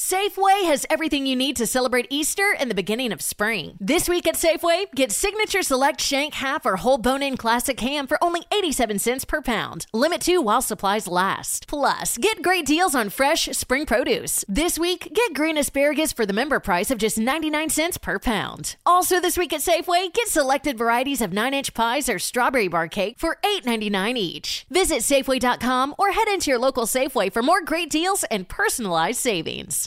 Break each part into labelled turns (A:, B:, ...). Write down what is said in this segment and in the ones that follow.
A: Safeway has everything you need to celebrate Easter and the beginning of spring. This week at Safeway, get signature select shank half or whole bone in classic ham for only 87 cents per pound. Limit two while supplies last. Plus, get great deals on fresh spring produce. This week, get green asparagus for the member price of just 99 cents per pound. Also, this week at Safeway, get selected varieties of 9 inch pies or strawberry bar cake for $8.99 each. Visit Safeway.com or head into your local Safeway for more great deals and personalized savings.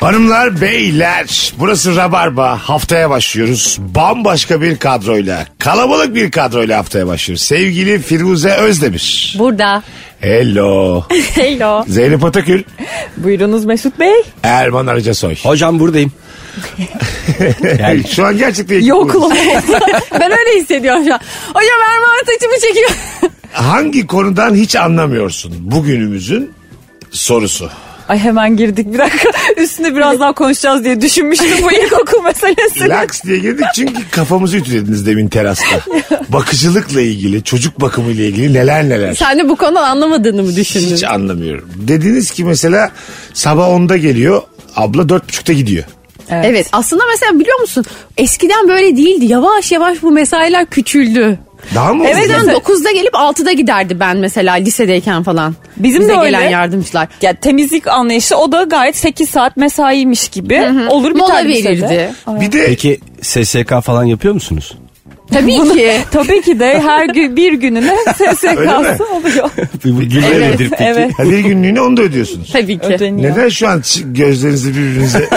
B: Hanımlar, beyler burası Rabarba. Haftaya başlıyoruz. Bambaşka bir kadroyla, kalabalık bir kadroyla haftaya başlıyoruz. Sevgili Firuze Özdemir.
C: Burada.
B: Hello.
C: Hello.
B: Zeynep Atakül,
C: Buyurunuz Mesut Bey.
B: Erman Arıcasoy.
D: Hocam buradayım.
B: Şu an gerçekten ekip
C: Yoklum.
B: burası.
C: ben öyle hissediyorum şu an. Hocam Erman saçımı çekiyor.
B: Hangi konudan hiç anlamıyorsun bugünümüzün sorusu.
C: Ay hemen girdik bir dakika. Üstüne biraz daha konuşacağız diye düşünmüştüm bu ilkokul meselesini.
B: Laks diye girdik çünkü kafamızı ütülediniz demin terasta. Bakıcılıkla ilgili, çocuk bakımıyla ilgili neler neler.
C: Sen de bu konudan anlamadığını mı düşündün?
B: Hiç anlamıyorum. Dediniz ki mesela sabah 10'da geliyor. Abla dört buçukta gidiyor.
C: Evet. Aslında mesela biliyor musun? Eskiden böyle değildi. Yavaş yavaş bu mesailer küçüldü.
B: Daha mı?
C: Evet,
B: hızlı?
C: ben 9'da gelip 6'da giderdi ben mesela lisedeyken falan.
E: Bizim
C: Bize
E: de öyle.
C: gelen yardımcılar.
E: Ya temizlik anlayışı o da gayet 8 saat mesaiymiş gibi olur bir
C: Mola
E: tane lisede.
C: verirdi.
B: Bir de
D: Peki SSK falan yapıyor musunuz?
C: Tabii ki.
E: Tabii ki de her gün bir gününe
B: Öyle mi?
E: SSK'sı oluyor.
D: Bu Gülle nedir peki?
E: Evet.
B: ha, bir günlüğüne onu da ödüyorsunuz.
C: Tabii ki.
E: Ödeniyor.
B: Neden şu an çi- gözlerinizi birbirinize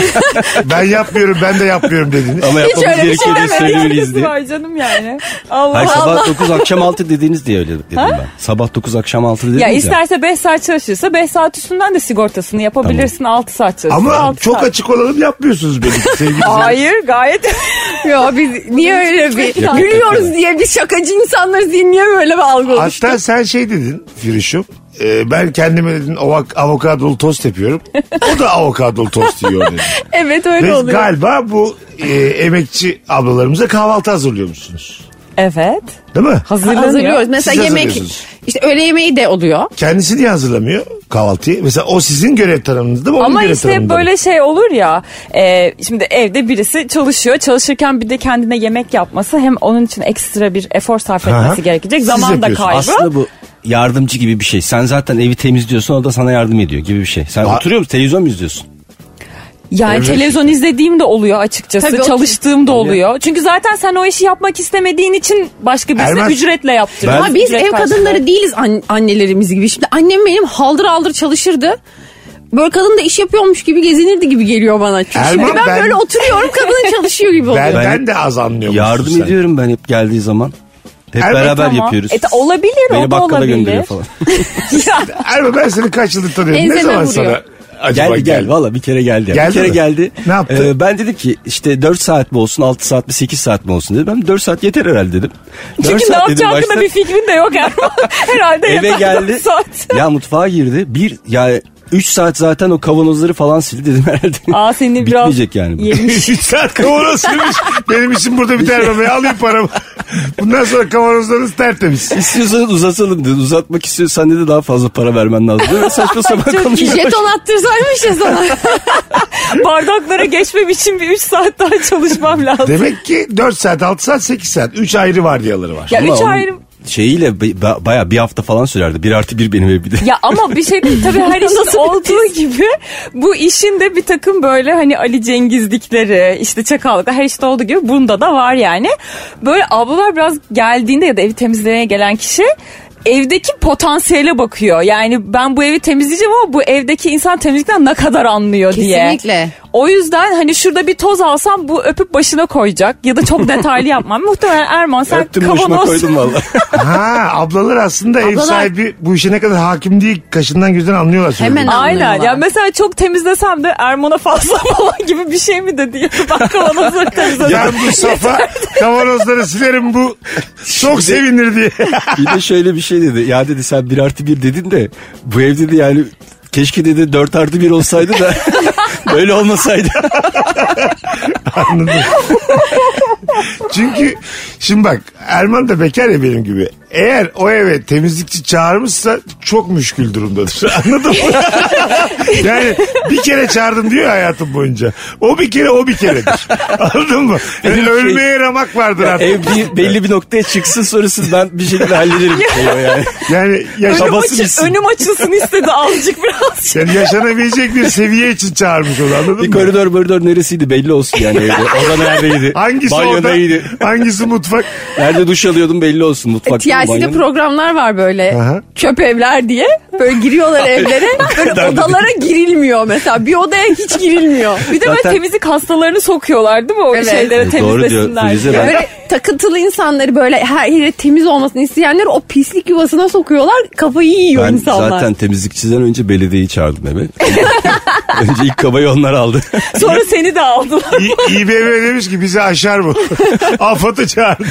B: ben yapmıyorum ben de yapmıyorum dediniz.
D: Ama
C: Hiç
D: yapmamız
C: öyle bir şey
D: gerekeni
C: demedim.
D: söylemeliyiz diye.
E: var canım yani. Allah
D: Hayır
E: Allah.
D: sabah 9 akşam 6 dediniz diye öyle dedim ben. Sabah 9 akşam 6 dediniz
E: Ya
D: ya.
E: isterse 5 saat çalışırsa 5 saat üstünden de sigortasını yapabilirsin 6 saat çalışırsa.
B: Ama
E: altı
B: çok
E: saat.
B: açık olalım yapmıyorsunuz beni sevgili dinleyiciler.
E: Hayır gayet.
C: Yo biz niye öyle bir
D: Yakın
C: gülüyoruz
D: takım.
C: diye bir şakacı insanlarız diye niye böyle bir algı oluştu?
B: Hatta sen şey dedin Firuş'um. e, ben kendime dedin avak- avokadolu tost yapıyorum. O da avokadolu tost yiyor dedi.
C: Evet
B: Ve
C: öyle oluyor.
B: galiba bu e, emekçi ablalarımıza kahvaltı hazırlıyormuşsunuz.
E: Evet.
B: Değil mi?
E: Hazırlanıyor.
C: Hazırlıyoruz. Mesela
B: Siz
C: yemek
B: hazırlıyorsunuz.
C: işte öğle yemeği de oluyor.
B: Kendisi niye hazırlamıyor kahvaltıyı? Mesela o sizin görev tanımınız değil mi? Onun
E: Ama
B: görev
E: işte
B: tanımında mı?
E: böyle şey olur ya e, şimdi evde birisi çalışıyor çalışırken bir de kendine yemek yapması hem onun için ekstra bir efor sarf
B: Aha.
E: etmesi gerekecek
B: Siz
E: zaman da
B: yapıyorsunuz.
E: kaybı.
D: Aslında bu yardımcı gibi bir şey. Sen zaten evi temizliyorsun o da sana yardım ediyor gibi bir şey. Sen
B: Aa.
D: oturuyor musun televizyon mu izliyorsun?
E: Yani
B: Evet.
E: televizyon izlediğim de oluyor açıkçası.
C: Tabii o-
E: Çalıştığım da oluyor. Çünkü zaten sen o işi yapmak istemediğin için başka birisine
B: Ermez.
E: ücretle yaptırıyorsun.
C: Ama biz
E: Ücret
C: ev
E: karşılığı.
C: kadınları değiliz an- annelerimiz gibi. Şimdi annem benim haldır haldır çalışırdı. Böyle kadın da iş yapıyormuş gibi gezinirdi gibi geliyor bana. Çünkü
B: Erman,
C: şimdi ben,
B: ben-
C: böyle oturuyorum kadının çalışıyor gibi şey oluyor.
B: Benden
D: Ben-
B: de az anlıyormuşsun
D: Yardım
B: sen.
D: ediyorum ben hep geldiği zaman. Hep
B: Evet,
D: beraber
E: Tamam.
D: yapıyoruz.
E: E, ta- olabilir o
D: Beni
E: da
D: bakkala
E: olabilir.
D: gönderiyor falan.
B: Erman ben seni kaç yıldır tanıyorum. ne
C: Enzeme
B: zaman
C: vuruyor.
B: sana acaba
D: Geldi
B: gel-
D: geldi valla bir kere geldi. yani.
B: Geldi
D: bir kere
B: mi?
D: geldi.
B: Ne yaptı?
D: Ee, ben dedim ki işte 4 saat mi olsun 6 saat mi 8 saat mi olsun dedim. Ben 4 saat yeter herhalde dedim. Dört
E: Çünkü ne
D: saat
E: yapacağı
D: dedim
E: hakkında
D: başta.
E: bir fikrin de yok Erman. Herhalde
D: Eve
E: yeter
D: geldi.
E: dört saat.
D: ya mutfağa girdi. Bir ya 3 saat zaten o kavanozları falan sildi dedim herhalde.
E: Aa seni biraz
D: Bitmeyecek yani bu.
E: yemiş.
B: Üç saat kavanoz sürmüş. Benim işim burada biter baba. Alayım paramı. Bundan sonra kavanozlarınız tertemiz.
D: İstiyorsanız uzatalım dedi. Uzatmak istiyorsan dedi daha fazla para vermen lazım. Böyle saçma sapan konuşuyor.
C: Jeton attırsaymış ya sana.
E: Bardaklara geçmem için bir 3 saat daha çalışmam lazım.
B: Demek ki 4 saat, 6 saat, 8 saat. 3 ayrı vardiyaları var.
E: Ya
D: Ama
E: 3
D: onun
E: ayrı
D: Şeyiyle b- ba- baya bir hafta falan sürerdi. Bir artı bir benim ev bir de.
E: Ya ama bir şey değil tabii her işin olduğu gibi bu işin de bir takım böyle hani Ali Cengizlikleri işte çakallıklar her işte olduğu gibi bunda da var yani. Böyle ablalar biraz geldiğinde ya da evi temizlemeye gelen kişi evdeki potansiyele bakıyor. Yani ben bu evi temizleyeceğim ama bu evdeki insan temizlikten ne kadar anlıyor diye.
C: Kesinlikle.
E: O yüzden hani şurada bir toz alsam bu öpüp başına koyacak ya da çok detaylı yapmam. Muhtemelen Erman sen
D: Öptüm başıma
E: kavanoz.
D: koydum valla.
B: Ha ablalar aslında ev
C: Ablalar-
B: sahibi bu işe ne kadar hakim değil kaşından gözden anlıyorlar. sürekli.
C: Hemen
E: Aynen.
C: anlıyorlar.
E: Ya mesela çok temizlesem de Erman'a fazla falan gibi bir şey mi dedi? Ben kavanozları temizledim.
B: Ben bu safa kavanozları silerim bu. Çok sevinir diye.
D: bir de şöyle bir şey dedi. Ya dedi sen 1 artı 1 dedin de bu ev dedi yani keşke dedi 4 artı 1 olsaydı da böyle olmasaydı.
B: Anladım. Çünkü şimdi bak Erman da bekar ya benim gibi. Eğer o eve temizlikçi çağırmışsa çok müşkül durumdadır. Anladın mı? yani bir kere çağırdım diyor ya hayatım boyunca. O bir kere o bir keredir. Anladın mı? Yani
D: Benim şey-
B: ölmeye ramak vardır artık.
D: ev bir, belli bir noktaya çıksın sonrasını ben bir şekilde hallederim. diyor yani.
B: Yani, yaşa-
E: Önüm,
D: Babası
E: açı-
D: bilsin.
E: önüm açılsın istedi azıcık biraz.
B: yani yaşanabilecek bir seviye için çağırmış onu anladın
D: Bir
B: mı?
D: koridor koridor neresiydi belli olsun yani evde. Orada neredeydi?
B: Hangisi
D: Banyo
B: orada,
D: neydi?
B: hangisi mutfak?
D: Nerede duş alıyordum belli olsun. Mutfakta mı banyo
C: TLC'de
D: mu?
C: programlar var böyle
B: Aha.
C: çöp evler diye. Böyle giriyorlar evlere. Böyle odalara girilmiyor mesela. Bir odaya hiç girilmiyor.
E: Bir de böyle
D: Zaten-
E: temizlik hastalarını sokuyorlar değil mi o
C: Evet.
E: şeylere
D: Doğru diyor
E: temizlesinler.
D: Firuze, ben-
C: Böyle takıntılı insanları böyle her yeri temiz olmasını isteyenleri o pislik yuvasına sokuyorlar. Kafayı yiyor
D: Ben
C: insanlar.
D: zaten temizlikçiden önce belediyeyi çağırdım eve. önce ilk kabayı onlar aldı.
E: Sonra seni de aldılar.
B: İ- İBB demiş ki bizi aşar bu. Afat'ı çağırdı.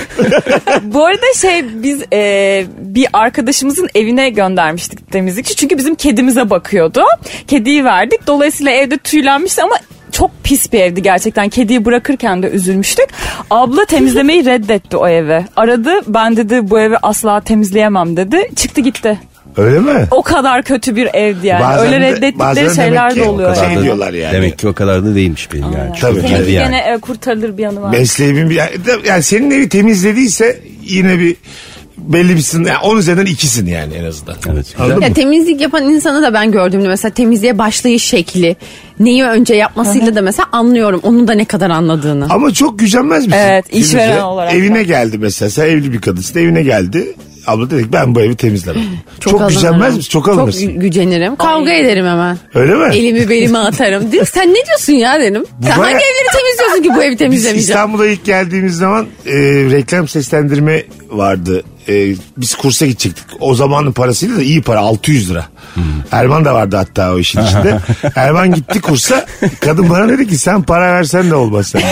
E: Bu arada şey biz e, bir arkadaşımızın evine göndermiştik temizlikçi. Çünkü bizim kedimize bakıyordu. Kediyi verdik. Dolayısıyla evde tüylenmişti ama çok pis bir evdi gerçekten. Kediyi bırakırken de üzülmüştük. Abla temizlemeyi reddetti o evi. Aradı ben dedi bu evi asla temizleyemem dedi. Çıktı gitti.
B: Öyle mi?
E: O kadar kötü bir evdi yani.
B: Bazen
E: Öyle
B: de- bazen
E: reddettikleri
B: demek
E: şeyler
B: ki
E: de
B: o
E: oluyor.
B: kadar
E: yani.
B: da- diyorlar yani.
D: Demek ki o kadar da değilmiş benim yani.
B: Tabii,
D: Çok
B: tabii.
D: iyi
E: Şey
D: yani.
E: Gene e, kurtarılır bir yanı var.
B: Mesleğimin bir... Yani senin evi temizlediyse yine bir belli bir sınır. Yani 10 üzerinden ikisin yani en azından.
D: Evet.
B: Anladın
C: Ya
B: mı?
C: temizlik yapan insanı da ben gördüğümde mesela temizliğe başlayış şekli, neyi önce yapmasıyla da mesela anlıyorum onun da ne kadar anladığını.
B: Ama çok gücenmez misin?
E: Evet, işveren
B: Firuze?
E: olarak.
B: Evine geldi mesela. Sen evli bir kadınsın evine geldi. Abla dedik ben bu evi temizlemem. çok
C: alınırım.
B: gücenmez misin? Çok alınırsın.
C: Çok gü- gücenirim. Kavga ederim hemen.
B: Öyle mi?
C: Elimi belime atarım. Dedim sen ne diyorsun ya dedim. sen
B: baya-
C: hangi evleri temizliyorsun ki bu evi
B: Biz
C: temizlemeyeceğim?
B: İstanbul'a ilk geldiğimiz zaman e, reklam seslendirme vardı. E, biz kursa gidecektik. O zamanın parasıyla da iyi para 600 lira.
D: Hmm.
B: Erman da vardı hatta o işin içinde. Erman gitti kursa. Kadın bana dedi ki sen para versen de olmaz sen.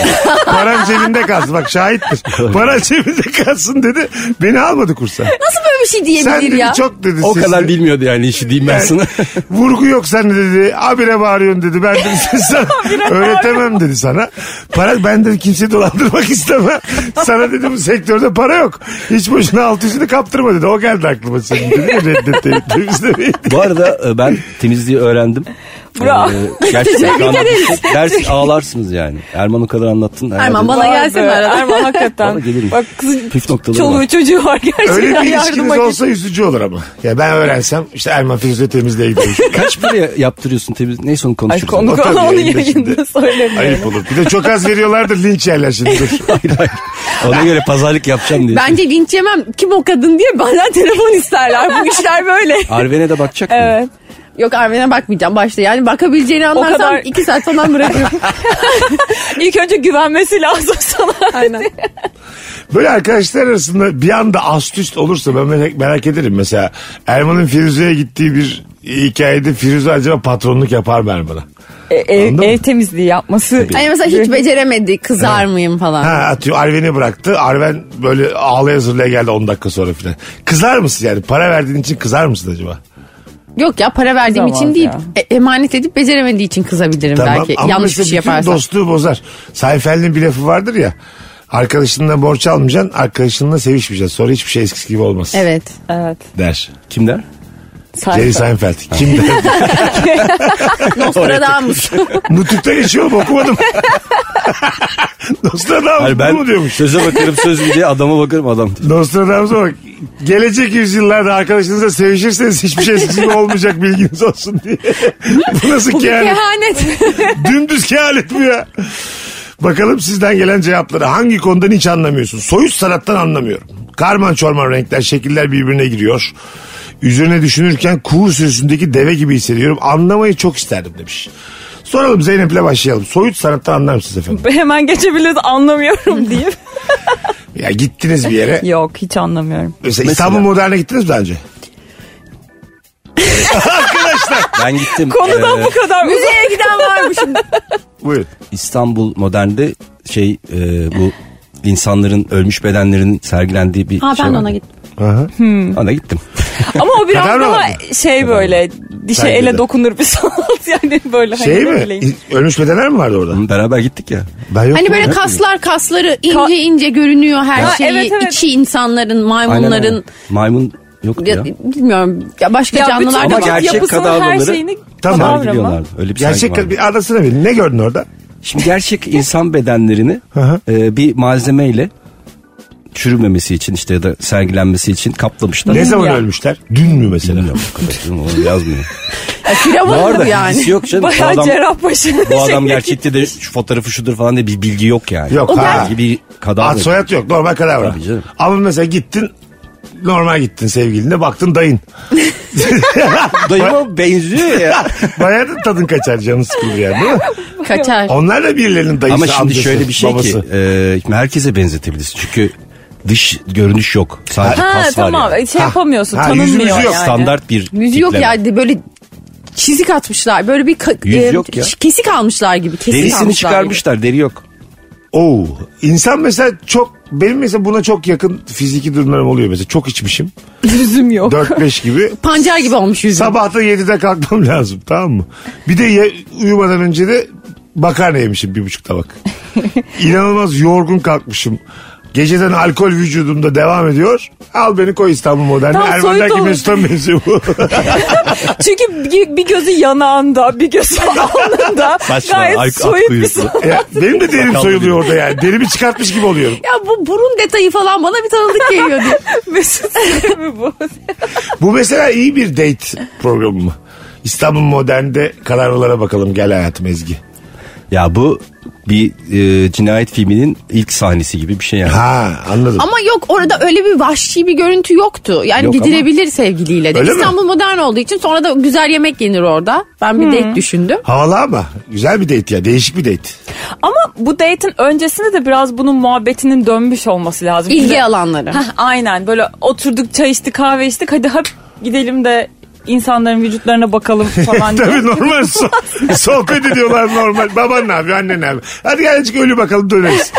B: Paran cebinde kalsın. Bak şahittir. Paran cebinde kalsın dedi. Beni almadı kursa.
C: Nasıl böyle bir şey
B: Sen
C: diyebilir
B: dedi
C: ya?
B: çok dedi.
D: O
B: sesli.
D: kadar bilmiyordu yani işi diyeyim ben
B: Yani
D: sana.
B: Vurgu yok sende dedi. Abire bağırıyorsun dedi. Ben dedi sen- sana öğretemem dedi sana. Para ben de kimseyi dolandırmak istemem. Sana dedi bu sektörde para yok. Hiç boşuna altı yüzünü kaptırma dedi. O geldi aklıma senin dedi. Reddetti temizlemeyi.
D: Bu arada e, ben temizliği öğrendim.
E: Bravo.
D: Ee, gerçekten anlatmışsın. Ders ağlarsınız yani. Erman o kadar anlattın.
C: Erman bana
E: Vay be,
C: gelsin arada.
E: Erman hakikaten.
D: Valla gelirim.
E: Bak kızın
D: Püf noktaları
E: çoluğu
D: var.
E: çocuğu var gerçekten.
B: Öyle bir
E: yardıma
B: ilişkiniz
E: git.
B: olsa üzücü olur ama. Ya ben öğrensem işte Erman Firuze temizliğe gidiyormuş.
D: Kaç paraya yaptırıyorsun temiz? Neyse onu
E: Ay
D: konuşuruz.
E: konu
B: O tabii
E: konu onu
B: şey yayında şimdi.
E: yayında söylemiyorum.
B: Ayıp olur. Bir de çok az veriyorlardır linç yerler şimdi. Dur.
D: Ona göre pazarlık yapacağım diye.
C: Bence linç yemem. Kim o kadın diye benden telefon isterler. Bu işler böyle.
D: Arven'e de bakacak mı?
E: Evet.
C: Yok Armen'e bakmayacağım başta. Yani bakabileceğini anlarsam
E: kadar-
C: iki saat falan bırakıyorum.
E: İlk önce güvenmesi lazım sana. Aynen.
B: Böyle arkadaşlar arasında bir anda ast üst olursa ben merak, merak ederim. Mesela Erman'ın Firuze'ye gittiği bir hikayede Firuze acaba patronluk yapar mı Erman'a?
E: ev,
B: Anladın
E: E, ev
B: mı?
E: temizliği yapması.
C: Hani mesela hiç beceremedi kızar mıyım falan.
B: Ha atıyor Arven'i bıraktı. Arven böyle ağlaya zırlaya geldi 10 dakika sonra filan. Kızar mısın yani? Para verdiğin için kızar mısın acaba?
C: Yok ya para verdiğim
E: Kızamaz
C: için değil.
E: ya.
C: E- emanet edip beceremediğim için kızabilirim belki.
B: Ama
C: Yanlış
B: mesela
C: bir şey
B: bütün
C: yaparsam.
B: dostluğu bozar. Seinfeld'in bir lafı vardır ya. Arkadaşınla borç almayacaksın, arkadaşınla sevişmeyeceksin. Sonra hiçbir şey eskisi gibi olmaz
C: Evet.
E: Evet.
B: der.
D: Kim der?
B: Jerry Seinfeld. Kim der? şey.
C: Nostradamus.
B: Nutuk'ta geçiyorum okumadım. Nostradamus
D: Hayır
B: bu mu
D: ben
B: diyormuş?
D: söze bakarım söz mü diye adama bakarım adam.
B: Nostradamus'a bak. Gelecek yüzyıllarda arkadaşınızla sevişirseniz hiçbir şey sizin olmayacak bilginiz olsun diye. bu nasıl kehanet?
C: Kehanet.
B: Dümdüz kehanet bu ya. Bakalım sizden gelen cevapları hangi konudan hiç anlamıyorsun? Soyuz sanattan anlamıyorum. Karman çorman renkler, şekiller birbirine giriyor. Üzerine düşünürken kuğu sürüsündeki deve gibi hissediyorum. Anlamayı çok isterdim demiş. Soralım Zeynep'le başlayalım. Soyut sanatta anlar mısınız efendim?
E: Hemen geçebiliriz anlamıyorum diye.
B: Ya gittiniz bir yere. Mesela,
E: Yok hiç anlamıyorum.
B: İstanbul Modern'e gittiniz mi daha önce?
D: Ben gittim.
E: Konudan
D: Ee,
E: bu kadar uzak.
C: Müzeye giden var mı şimdi?
B: Buyurun.
D: İstanbul Modern'de şey e, bu insanların ölmüş bedenlerinin sergilendiği bir
C: Ha
D: şey
C: ben de
D: var.
C: ona gittim.
D: Ona gittim.
E: Ama o biraz
B: Kadavra
E: daha
B: vardı.
E: şey böyle dişe
B: Bence de.
E: ele dokunur bir sanat yani böyle
B: Şey
E: hani ne
B: mi?
E: bileyim.
B: İ- Ölmüş bedenler mi vardı orada?
D: Oğlum Beraber gittik ya.
B: Ben yok.
C: Hani
B: mu?
C: böyle kaslar kasları ince ince görünüyor her
E: Ha,
C: şeyi.
E: evet, evet.
C: İçi insanların,
D: Aynen öyle.
C: maymunların.
D: Maymun yoktu ya.
C: Ya, bilmiyorum. Ya başka
E: Ya bütün
C: canlılar da
D: Ama
C: var.
E: vücut
D: gerçek
E: yapısının her
D: kadavraları-
E: şeyini
B: Tamam.
E: kadavra mı?
D: Sergiliyorlardı. Öyle bir sergi
B: Gerçek
D: vardı.
B: bir adasına bilin. Ne gördün orada?
D: Şimdi gerçek insan bedenlerini
B: Hı hı.
D: e, bir malzemeyle çürümemesi için işte ya da sergilenmesi için kaplamışlar.
B: Ne zaman
E: ya.
B: ölmüşler? Dün mü mesela?
D: Bilmiyorum bu kadar. canım, Onu yazmıyor.
C: Firavundur
D: Var da
C: yani. Şey-
D: bilgisi yok canım. Bu
E: Bayağı
D: adam-
E: cerrahpaşa.
D: Bu adam gerçekte de şu fotoğrafı şudur falan diye bir bilgi yok yani.
B: Yok, O ha.
D: Bilgi bir kadar.
B: Ad soyad yok. Normal kadavra.
D: Tabii canım.
B: Ama mesela gittin normal gittin sevgiline baktın dayın.
D: Dayıma benziyor ya.
B: Bayağı da tadın kaçar canın sıkılır yani değil mi?
C: Kaçar.
B: Onlar da birilerinin dayısı
D: Ama şimdi
B: amcası,
D: şöyle bir şey
B: babası.
D: ki e, şimdi herkese benzetebilirsin. Çünkü dış görünüş yok. Sadece
E: Ha
D: kas var
E: tamam
C: E,
D: yani.
E: şey yapamıyorsun
B: Ha, yüzü
E: tanınmıyor
B: müzü yok,
E: yani.
D: Standart bir
C: Yüzü yok
D: tipleme.
C: yani böyle çizik atmışlar. Böyle bir ka-
D: Yüz
C: e,
D: yok ya.
C: kesik almışlar gibi. Kesik
D: Derisini
C: almışlar
D: çıkarmışlar deri yok.
B: Oo. İnsan mesela çok benim mesela buna çok yakın fiziki durumlarım oluyor mesela. Çok içmişim.
E: Yüzüm yok.
B: 4-5 gibi.
C: gibi. Pancar gibi olmuş yüzü.
B: Sabah da 7'de kalkmam lazım tamam mı? Bir de ye- uyumadan önce de makarna yemişim bir buçuk tabak. İnanılmaz yorgun kalkmışım. Geceden alkol vücudumda devam ediyor. Al beni koy İstanbul Modern'e.
E: Tam
B: Erman
E: soyut
B: der ki
E: olmuş.
B: Mesut'a mı benziyor bu.
E: Çünkü bir, bir gözü yanağında bir gözü alnında
D: Saçma,
E: gayet
D: ay-
E: soyut bir
D: kuyruklu.
E: sanat.
B: Ya benim de derim
D: Sakallı
B: soyuluyor
D: biri.
B: orada yani. Derimi çıkartmış gibi oluyorum.
C: Ya bu burun detayı falan bana bir tanıdık geliyor diye.
E: Mesut Süre mi bu?
B: Bu mesela iyi bir date programı mı? İstanbul Modern'de kararlılara bakalım gel hayatım Ezgi.
D: Ya bu bir e, cinayet filminin ilk sahnesi gibi bir şey yani.
B: Ha anladım.
C: Ama yok orada öyle bir vahşi bir görüntü yoktu. Yani
D: Yok ama.
C: gidilebilir sevgiliyle de.
B: Öyle mi?
C: İstanbul modern olduğu için sonra da güzel yemek yenir orada. Ben bir date düşündüm.
B: Havalı ama güzel bir date ya değişik bir date.
E: Ama bu date'in öncesinde de biraz bunun muhabbetinin dönmüş olması lazım.
C: İlgi
E: Şimdi-
C: alanları.
E: Heh, aynen böyle oturduk çay içtik kahve içtik hadi hep gidelim de insanların vücutlarına bakalım falan diye.
B: Tabii normal so sohbet ediyorlar normal. Baban ne yapıyor annen ne yapıyor. Hadi gel azıcık ölü bakalım döneriz.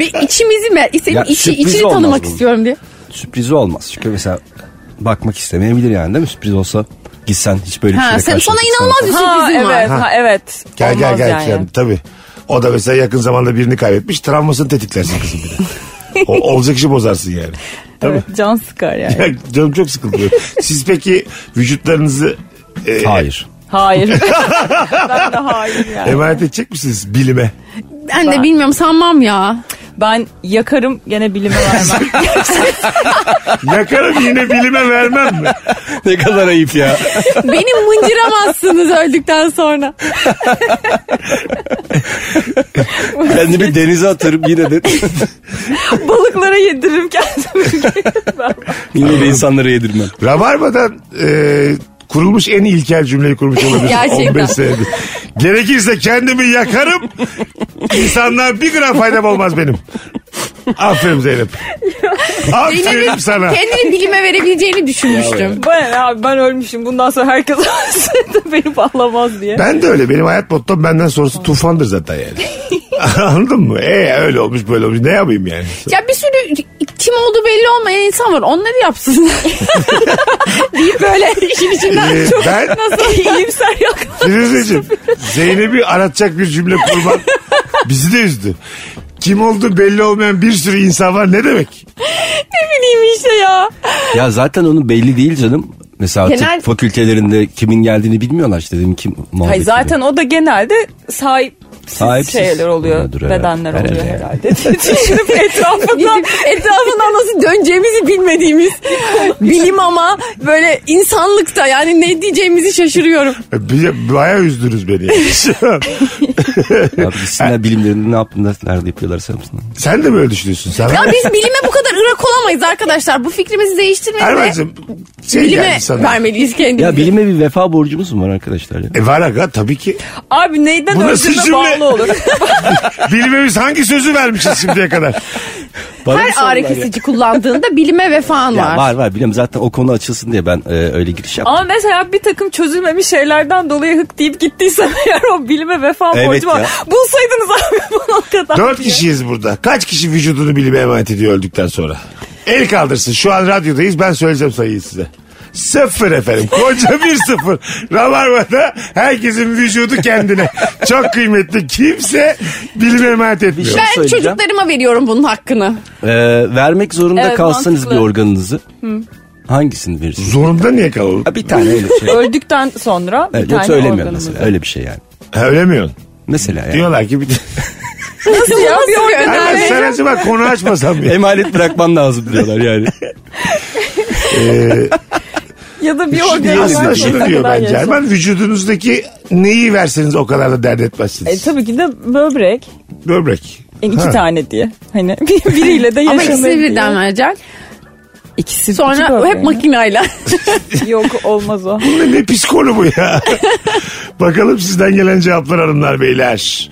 C: bir içimizi mi?
D: Ya
C: İçini, içi,
D: sürpriz
C: içini
D: olmaz
C: tanımak
D: bunun.
C: istiyorum diye.
D: Sürprizi olmaz. Çünkü mesela bakmak istemeyebilir yani değil mi? Sürpriz olsa gitsen hiç böyle bir
C: Ha,
D: şeyle
C: sen sana
D: karşılaşırsan-
C: inanılmaz bir
E: Ha
C: sürprizim var.
E: evet, ha, evet.
B: Gel gel
E: Olmaz
B: gel.
E: yani.
B: Yani, tabii. O da mesela yakın zamanda birini kaybetmiş. Travmasını tetiklersin kızım bir de. O, olacak işi bozarsın yani.
E: Evet, can sıkar yani.
B: Ya, canım çok sıkıldı. Siz peki vücutlarınızı e,
D: Hayır.
E: hayır. ben de hayır yani.
B: emanet edecek misiniz bilime?
C: Ben de bilmiyorum sanmam ya.
E: Ben yakarım gene bilime vermem.
B: Yakarım yine bilime vermem mi?
D: ne kadar ayıp ya.
C: Beni mıncıramazsınız öldükten sonra.
D: Kendimi denize atarım yine de.
E: Balıklara yediririm kendimi. Ben-
D: yine de insanlara yedirmem.
B: Rabarba'dan e, kurulmuş en ilkel cümleyi kurmuş olabilir.
C: Gerçekten.
B: 15 senedir. Gerekirse kendimi yakarım. İnsanlar bir gram faydam olmaz benim. Aferin Zeynep. Aferin
C: Zeynep'in
B: sana.
C: kendini bilime verebileceğini düşünmüştüm.
E: ben, abi, ben ölmüşüm bundan sonra herkes ölse de beni bağlamaz diye.
B: Ben de öyle. Benim hayat mottom benden sonrası tufandır zaten yani. Anladın mı? E öyle olmuş böyle olmuş. Ne yapayım yani?
C: Ya bir sürü kim olduğu belli olmayan insan var. Onları yapsın. Deyip böyle işin içinden
B: Ee,
C: çok
B: ben
C: nasıl iyimser yok.
B: Firuzeciğim Zeynep'i aratacak bir cümle kurban bizi de üzdü. Kim olduğu belli olmayan bir sürü insan var ne demek?
E: Bileyim işte ya.
D: Ya zaten onun belli değil canım. Mesela tıp
C: Genel-
D: fakültelerinde kimin geldiğini bilmiyorlar işte dedim kim muhabbeti.
E: Hayır zaten o da genelde sahip
D: Sahipsiz.
E: şeyler oluyor,
D: Oluyordur herhalde.
E: bedenler oluyor
D: Herhalde.
E: herhalde. diye Düşünüp etrafında
C: Gidip etrafından nasıl döneceğimizi bilmediğimiz bilim ama böyle insanlıkta yani ne diyeceğimizi şaşırıyorum.
B: E, Bir- Bayağı üzdünüz beni. yani.
D: Ya gitsinler bilimlerinde ne yaptığında nerede yapıyorlarsa yapsınlar.
B: Sen de böyle düşünüyorsun. Sen
C: Ya biz bilime bu kadar ırak ortak olamayız arkadaşlar. Bu fikrimizi değiştirmeyi de
B: Erman'cığım şey
C: bilime
B: geldi sana.
C: vermeliyiz kendimizi.
D: Ya bilime bir vefa borcumuz mu var arkadaşlar ya?
B: E var aga tabii ki.
E: Abi neyden
B: Bu nasıl
E: öldüğüne
B: cümle?
E: bağlı olur.
B: Bilime biz hangi sözü vermişiz şimdiye kadar?
D: Bana mı
C: Her
D: sorular
C: ağrı
D: ya?
C: kesici kullandığında bilime vefan
D: Ya
C: var.
D: var var biliyorum zaten o konu açılsın diye ben e, öyle giriş yaptım.
E: Ama mesela bir takım çözülmemiş şeylerden dolayı hık deyip gittiysem eğer o bilime vefa
D: Evet
E: borcu var.
D: ya.
E: Bulsaydınız abi bana o kadar.
B: Dört kişiyiz burada. Kaç kişi vücudunu bilime emanet ediyor öldükten sonra? El kaldırsın. Şu an radyodayız. Ben söyleyeceğim sayıyı size. Sıfır efendim. Koca bir sıfır. Rabarba'da herkesin vücudu kendine. Çok kıymetli. Kimse bilime emanet etmiyor.
D: şey-
C: Ben
D: söyleyeceğim.
C: çocuklarıma veriyorum bunun hakkını.
D: E, vermek zorunda
E: Evet,
D: kalsanız
E: mantıklı.
D: bir organınızı hangisini verirsiniz?
B: Zorunda niye kalalım?
D: Ha, bir tane öyle bir şey.
E: Öldükten sonra bir
D: Evet,
E: tane
D: yoksa ölemiyorum
E: organımız.
D: mesela öyle bir şey yani.
B: Ha, Ölemiyorsun.
D: Mesela yani.
B: Diyorlar ki bir de...
E: Nasıl ya? Bir organ
B: Ama
E: öyle.
B: sen acaba konu açmasam ya.
D: Emanet bırakman lazım diyorlar yani.
E: Ya da bir
B: Şu
E: organ.
B: diyor, aslında
E: var.
B: şunu
E: Ne
B: diyor
E: kadar
B: bence.
E: yaşa-
B: Erman vücudunuzdaki neyi verseniz o kadar da dert
E: E,
B: etmezsiniz.
E: tabii ki de böbrek.
B: Böbrek.
E: Yani iki
B: Ha.
E: tane diye. Hani bir- biriyle de
C: Ama
E: yaşanır
C: ikisini
E: diye.
C: birden vereceksin.
E: İkisi iki
C: Sonra
E: böbrek.
C: hep makinayla.
E: Yok olmaz o.
B: Ne, ne pis konu bu ya. Bakalım sizden gelen cevaplar hanımlar beyler.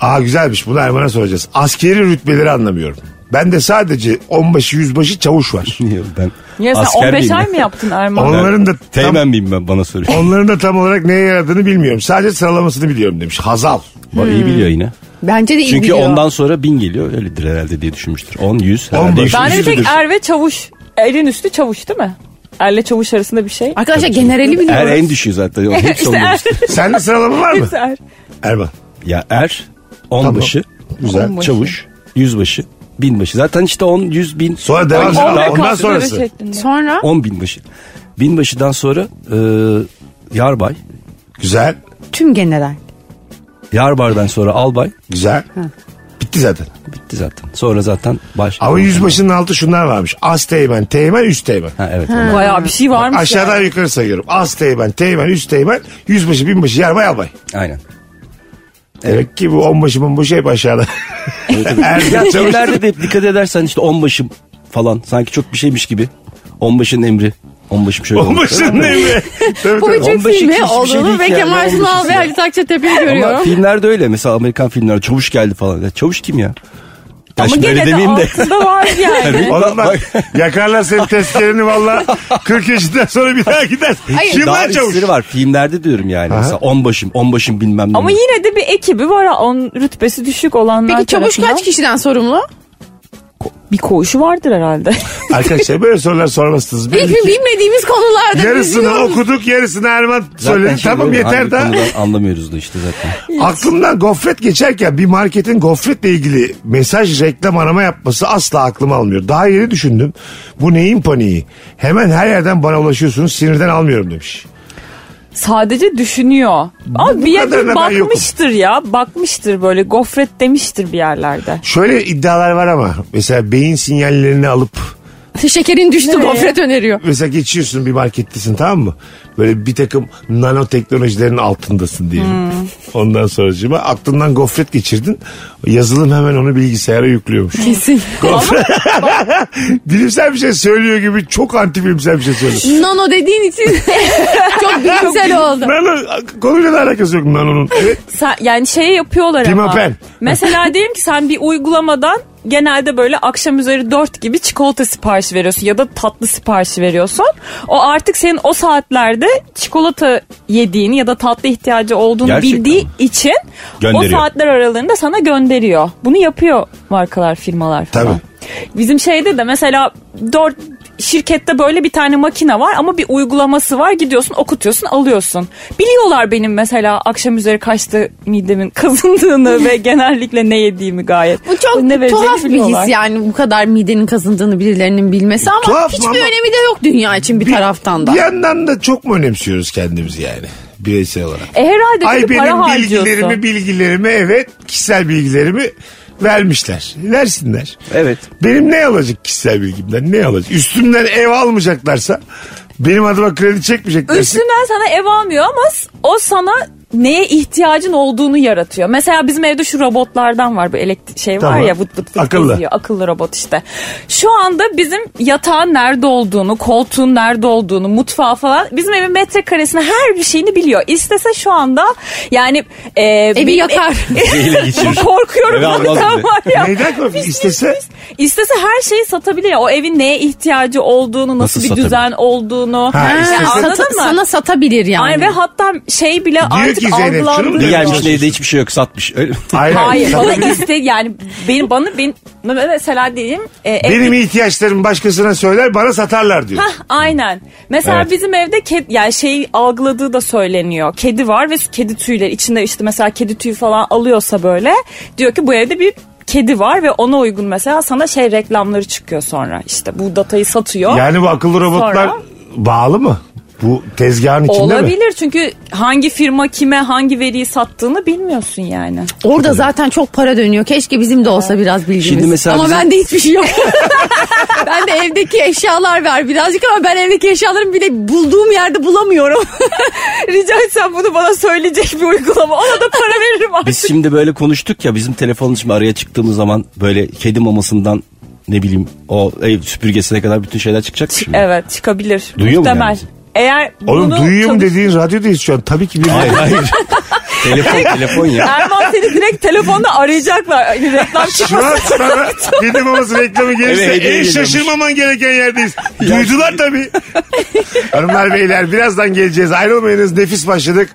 B: Aa güzelmiş bunu Erman'a soracağız. Askeri rütbeleri anlamıyorum. Ben de sadece onbaşı yüzbaşı çavuş var.
D: Niye ben
E: Ya sen
D: asker
E: 15
D: miyim?
E: ay mı yaptın Erman?
B: Oğlum. Onların da tam-
D: Teğmen miyim ben bana soruyor.
B: Onların da tam olarak neye yaradığını bilmiyorum. Sadece sıralamasını biliyorum demiş. Hazal.
D: Bak,
E: Hmm.
D: iyi biliyor yine.
C: Bence de iyi
D: Çünkü
C: biliyor.
D: ondan sonra bin geliyor öyledir herhalde diye düşünmüştür. 10 100 herhalde.
B: 15.
E: Ben de bir tek
B: Yüzüdür.
E: er ve çavuş. Erin üstü çavuş değil mi? Erle çavuş arasında bir şey.
C: Arkadaşlar generali
D: Er
C: biliyoruz.
D: en düşüğü zaten. O Hepsi
E: İşte
D: onun
E: er.
D: üstü.
B: Sende sıralama var mı?
E: Hepsi er.
B: Erman.
D: Ya er, onbaşı,
B: Güzel.
E: Onbaşı.
D: çavuş, yüzbaşı, binbaşı. Zaten işte 10, 100, bin.
B: Sonra devam
D: Ay,
B: ediyor.
D: on-
E: Omega
B: ondan
E: kasları
B: sonrası.
E: şeklinde.
C: Sonra
D: 10 binbaşı. Binbaşıdan sonra e, yarbay.
B: Güzel.
C: tüm general.
D: Yarbardan sonra albay.
B: Güzel. Bitti zaten.
D: Bitti zaten. Sonra zaten baş.
B: Ama yüzbaşının altı şunlar varmış. Az teğmen, teğmen, üst teğmen.
D: Ha, evet. onlar.
E: Bayağı bir şey varmış.
B: Aşağıdan
E: ya.
B: yukarı sayıyorum. Az teğmen, teğmen, üst teğmen, yüzbaşı, binbaşı, yarbay, albay.
D: Aynen.
B: Demek ki bu onbaşı monbaşı hep aşağıda.
D: Ya
B: Ergen Er, çavuş.
D: evlerde de hep dikkat edersen işte onbaşım falan sanki çok bir şeymiş gibi. Onbaşın emri. Onbaşım şöyle olmuş.
B: Onbaşının evi. Tabii
C: Bu
B: tabii.
C: üçüncü
D: Onbaşı
C: filmi
D: hiçbir şey
C: olduğunu
D: değil
C: ve
D: ki yani,
C: Kemal
D: onbaşı
C: Sunal ve
D: ya.
C: Halit Akçatepe'yi
D: Ama
C: görüyorum.
D: filmlerde öyle mesela Amerikan filmler çavuş geldi falan. Ya çavuş kim ya? Ya
E: Ama
D: şimdi öyle
E: gene de
D: demeyeyim de.
E: altında var yani.
B: Oğlum lan,
D: Bak-
B: yakarlar senin testlerini valla 40 yaşından sonra bir daha gidersin.
C: Hayır.
B: Kim
D: Daha
B: lan çavuş?
D: iksiri var filmlerde diyorum yani. Mesela onbaşım, onbaşım bilmem ne.
E: Ama yine de bir ekibi var. ha, On rütbesi düşük olanlar
C: Peki çavuş
E: tarafından.
C: kaç kişiden sorumlu?
E: Bir koğuşu vardır herhalde.
B: Arkadaşlar böyle sorular sormazsınız. Belli
C: Hiçbir
B: ki
C: bilmediğimiz konularda.
B: Yarısını
C: biliyoruz.
B: okuduk yarısını Erman
D: Zaten
B: söyledi.
D: şey
B: Tamam
D: böyle,
B: yeter
D: hangi
B: daha.
D: konudan Anlamıyoruz da işte zaten.
B: Aklımdan gofret geçerken bir marketin gofretle ilgili mesaj reklam arama yapması asla aklım almıyor. Daha yeni düşündüm. Bu neyin paniği? Hemen her yerden bana ulaşıyorsunuz sinirden almıyorum demiş.
E: Sadece düşünüyor. Ama bir
B: kadarına
E: yerde
B: ben yokum.
E: bakmıştır ya. Bakmıştır böyle. Gofret demiştir bir yerlerde.
B: Şöyle iddialar var ama mesela beyin sinyallerini alıp
C: Şekerin düştü gofret öneriyor.
B: mesela geçiyorsun bir markettesin tamam mı? Böyle bir takım nanoteknolojilerin altındasın diyelim. Ondan sonra aklından gofret geçirdin. Yazılım hemen onu bilgisayara yüklüyormuş.
C: Kesin.
B: bilimsel bir şey söylüyor gibi çok anti bilimsel bir şey söylüyor.
C: Nano dediğin için çok bilimsel oldu.
B: Nano konuyla da alakası yok Nano'nun. Evet.
E: Sen, yani şey yapıyorlar
B: Tim
E: ama.
B: Open.
E: Mesela diyelim ki sen bir uygulamadan genelde böyle akşam üzeri 4 gibi çikolata siparişi veriyorsun ya da tatlı siparişi veriyorsun. O artık senin o saatlerde çikolata yediğini ya da tatlı ihtiyacı olduğunu
D: Gerçekten
E: bildiği
D: mi?
E: için
D: Gönderiyor.
E: o saatler aralarında sana gönderiyor. Bunu yapıyor markalar, firmalar falan.
B: Tabii.
E: Bizim şeyde de mesela dört şirkette böyle bir tane makine var ama bir uygulaması var. Gidiyorsun okutuyorsun alıyorsun. Biliyorlar benim mesela akşam üzeri kaçta midemin kazındığını ve genellikle ne yediğimi gayet.
C: Bu çok
E: ne vereceğini
C: tuhaf bir
E: biliyorlar.
C: his yani bu kadar midenin kazındığını birilerinin bilmesi ama
B: Tuhaf mı
C: hiçbir
B: ama-
C: önemi de yok dünya için bir, taraftan da.
B: Bir yandan da çok mu önemsiyoruz kendimizi yani bireysel olarak?
E: E herhalde çünkü
B: Ay
E: para
B: benim bilgilerimi
E: harcıyorsun.
B: bilgilerimi evet kişisel bilgilerimi vermişler. Versinler.
D: Evet.
B: Benim ne alacak kişisel bilgimden ne alacak? Üstümden ev almayacaklarsa benim adıma kredi çekmeyeceklerse.
E: Üstünden sana ev almıyor ama s- o sana neye ihtiyacın olduğunu yaratıyor. Mesela bizim evde şu robotlardan var bu elektrik şey
B: Tamam.
E: var ya vıt vıt vıt
B: Akıllı.
E: geziyor. Akıllı robot işte. Şu anda bizim yatağın nerede olduğunu, koltuğun nerede olduğunu, mutfağı falan bizim evin metrekaresini her bir şeyini biliyor. İstese şu anda yani e,
C: Evi
E: benim-
C: yakar.
D: Zehirle geçirir.
E: Korkuyorum.
D: Eve almaz
E: bundan
D: bile.
E: var ya.
B: Neyden korkuyorsun? İstese
E: İstese her şeyi satabilir. ya. O evin neye ihtiyacı olduğunu, nasıl,
D: Nasıl
E: bir
D: satabilir?
E: düzen olduğunu.
B: Ha,
C: Ee,
E: Yani
B: istese-
E: anladın
C: Sata-
E: mı?
C: Sana satabilir yani.
E: Ay ve hatta şey bile artık
B: ki Zeynep, şunu
E: algılandı.
D: Bir
B: diyor?
D: gelmiş de evde hiçbir şey yok satmış. Öyle mi?
B: Hayır.
E: Hayır
B: Sana-
E: bana iste yani benim bana ben mesela diyeyim e, ev-
B: Benim ihtiyaçlarımı başkasına söyler bana satarlar diyor.
E: Hah, aynen. Mesela
D: Evet.
E: bizim evde ked, yani şey algıladığı da söyleniyor. Kedi var ve kedi tüyleri içinde işte mesela kedi tüyü falan alıyorsa böyle diyor ki bu evde bir kedi var ve ona uygun mesela sana şey reklamları çıkıyor sonra. İşte bu datayı satıyor.
B: Yani bu akıllı robotlar
E: Oh, Sonra?
B: bağlı mı? Bu tezgahın içinde mi?
E: Olabilir çünkü hangi firma kime hangi veriyi sattığını bilmiyorsun yani.
C: Orada zaten çok para dönüyor. Keşke bizim de olsa biraz bilgimiz.
D: Şimdi mesela
C: ama
D: bizim-
C: bende hiçbir şey yok. ben de evdeki eşyalar var birazcık ama ben evdeki eşyalarımı bile bulduğum yerde bulamıyorum.
E: Rica etsem bunu bana söyleyecek bir uygulama. Ona da para veririm artık.
D: Biz şimdi böyle konuştuk ya bizim telefonun şimdi araya çıktığımız zaman böyle kedi mamasından ne bileyim o ev süpürgesine kadar bütün şeyler çıkacak mı şimdi?
E: Evet çıkabilir.
D: Duyuyor mu
E: Muhtemel.
D: yani?
E: Eğer
B: Oğlum
E: bunu
B: duyuyor mu
E: çalış-
B: dediğin radyodayız şu an. Tabii ki bir
D: Hayır hayır. telefon telefon ya.
E: Erman seni direkt telefonda arayacaklar. Yani reklam
B: Şu
E: çıkmasın.
B: an sana Kedi Maması reklamı gelirse
D: Evet, hediye
B: en
D: geliyormuş.
B: şaşırmaman gereken yerdeyiz. Duydular tabii. Hanımlar beyler birazdan geleceğiz. Ayrılmayınız nefis başladık.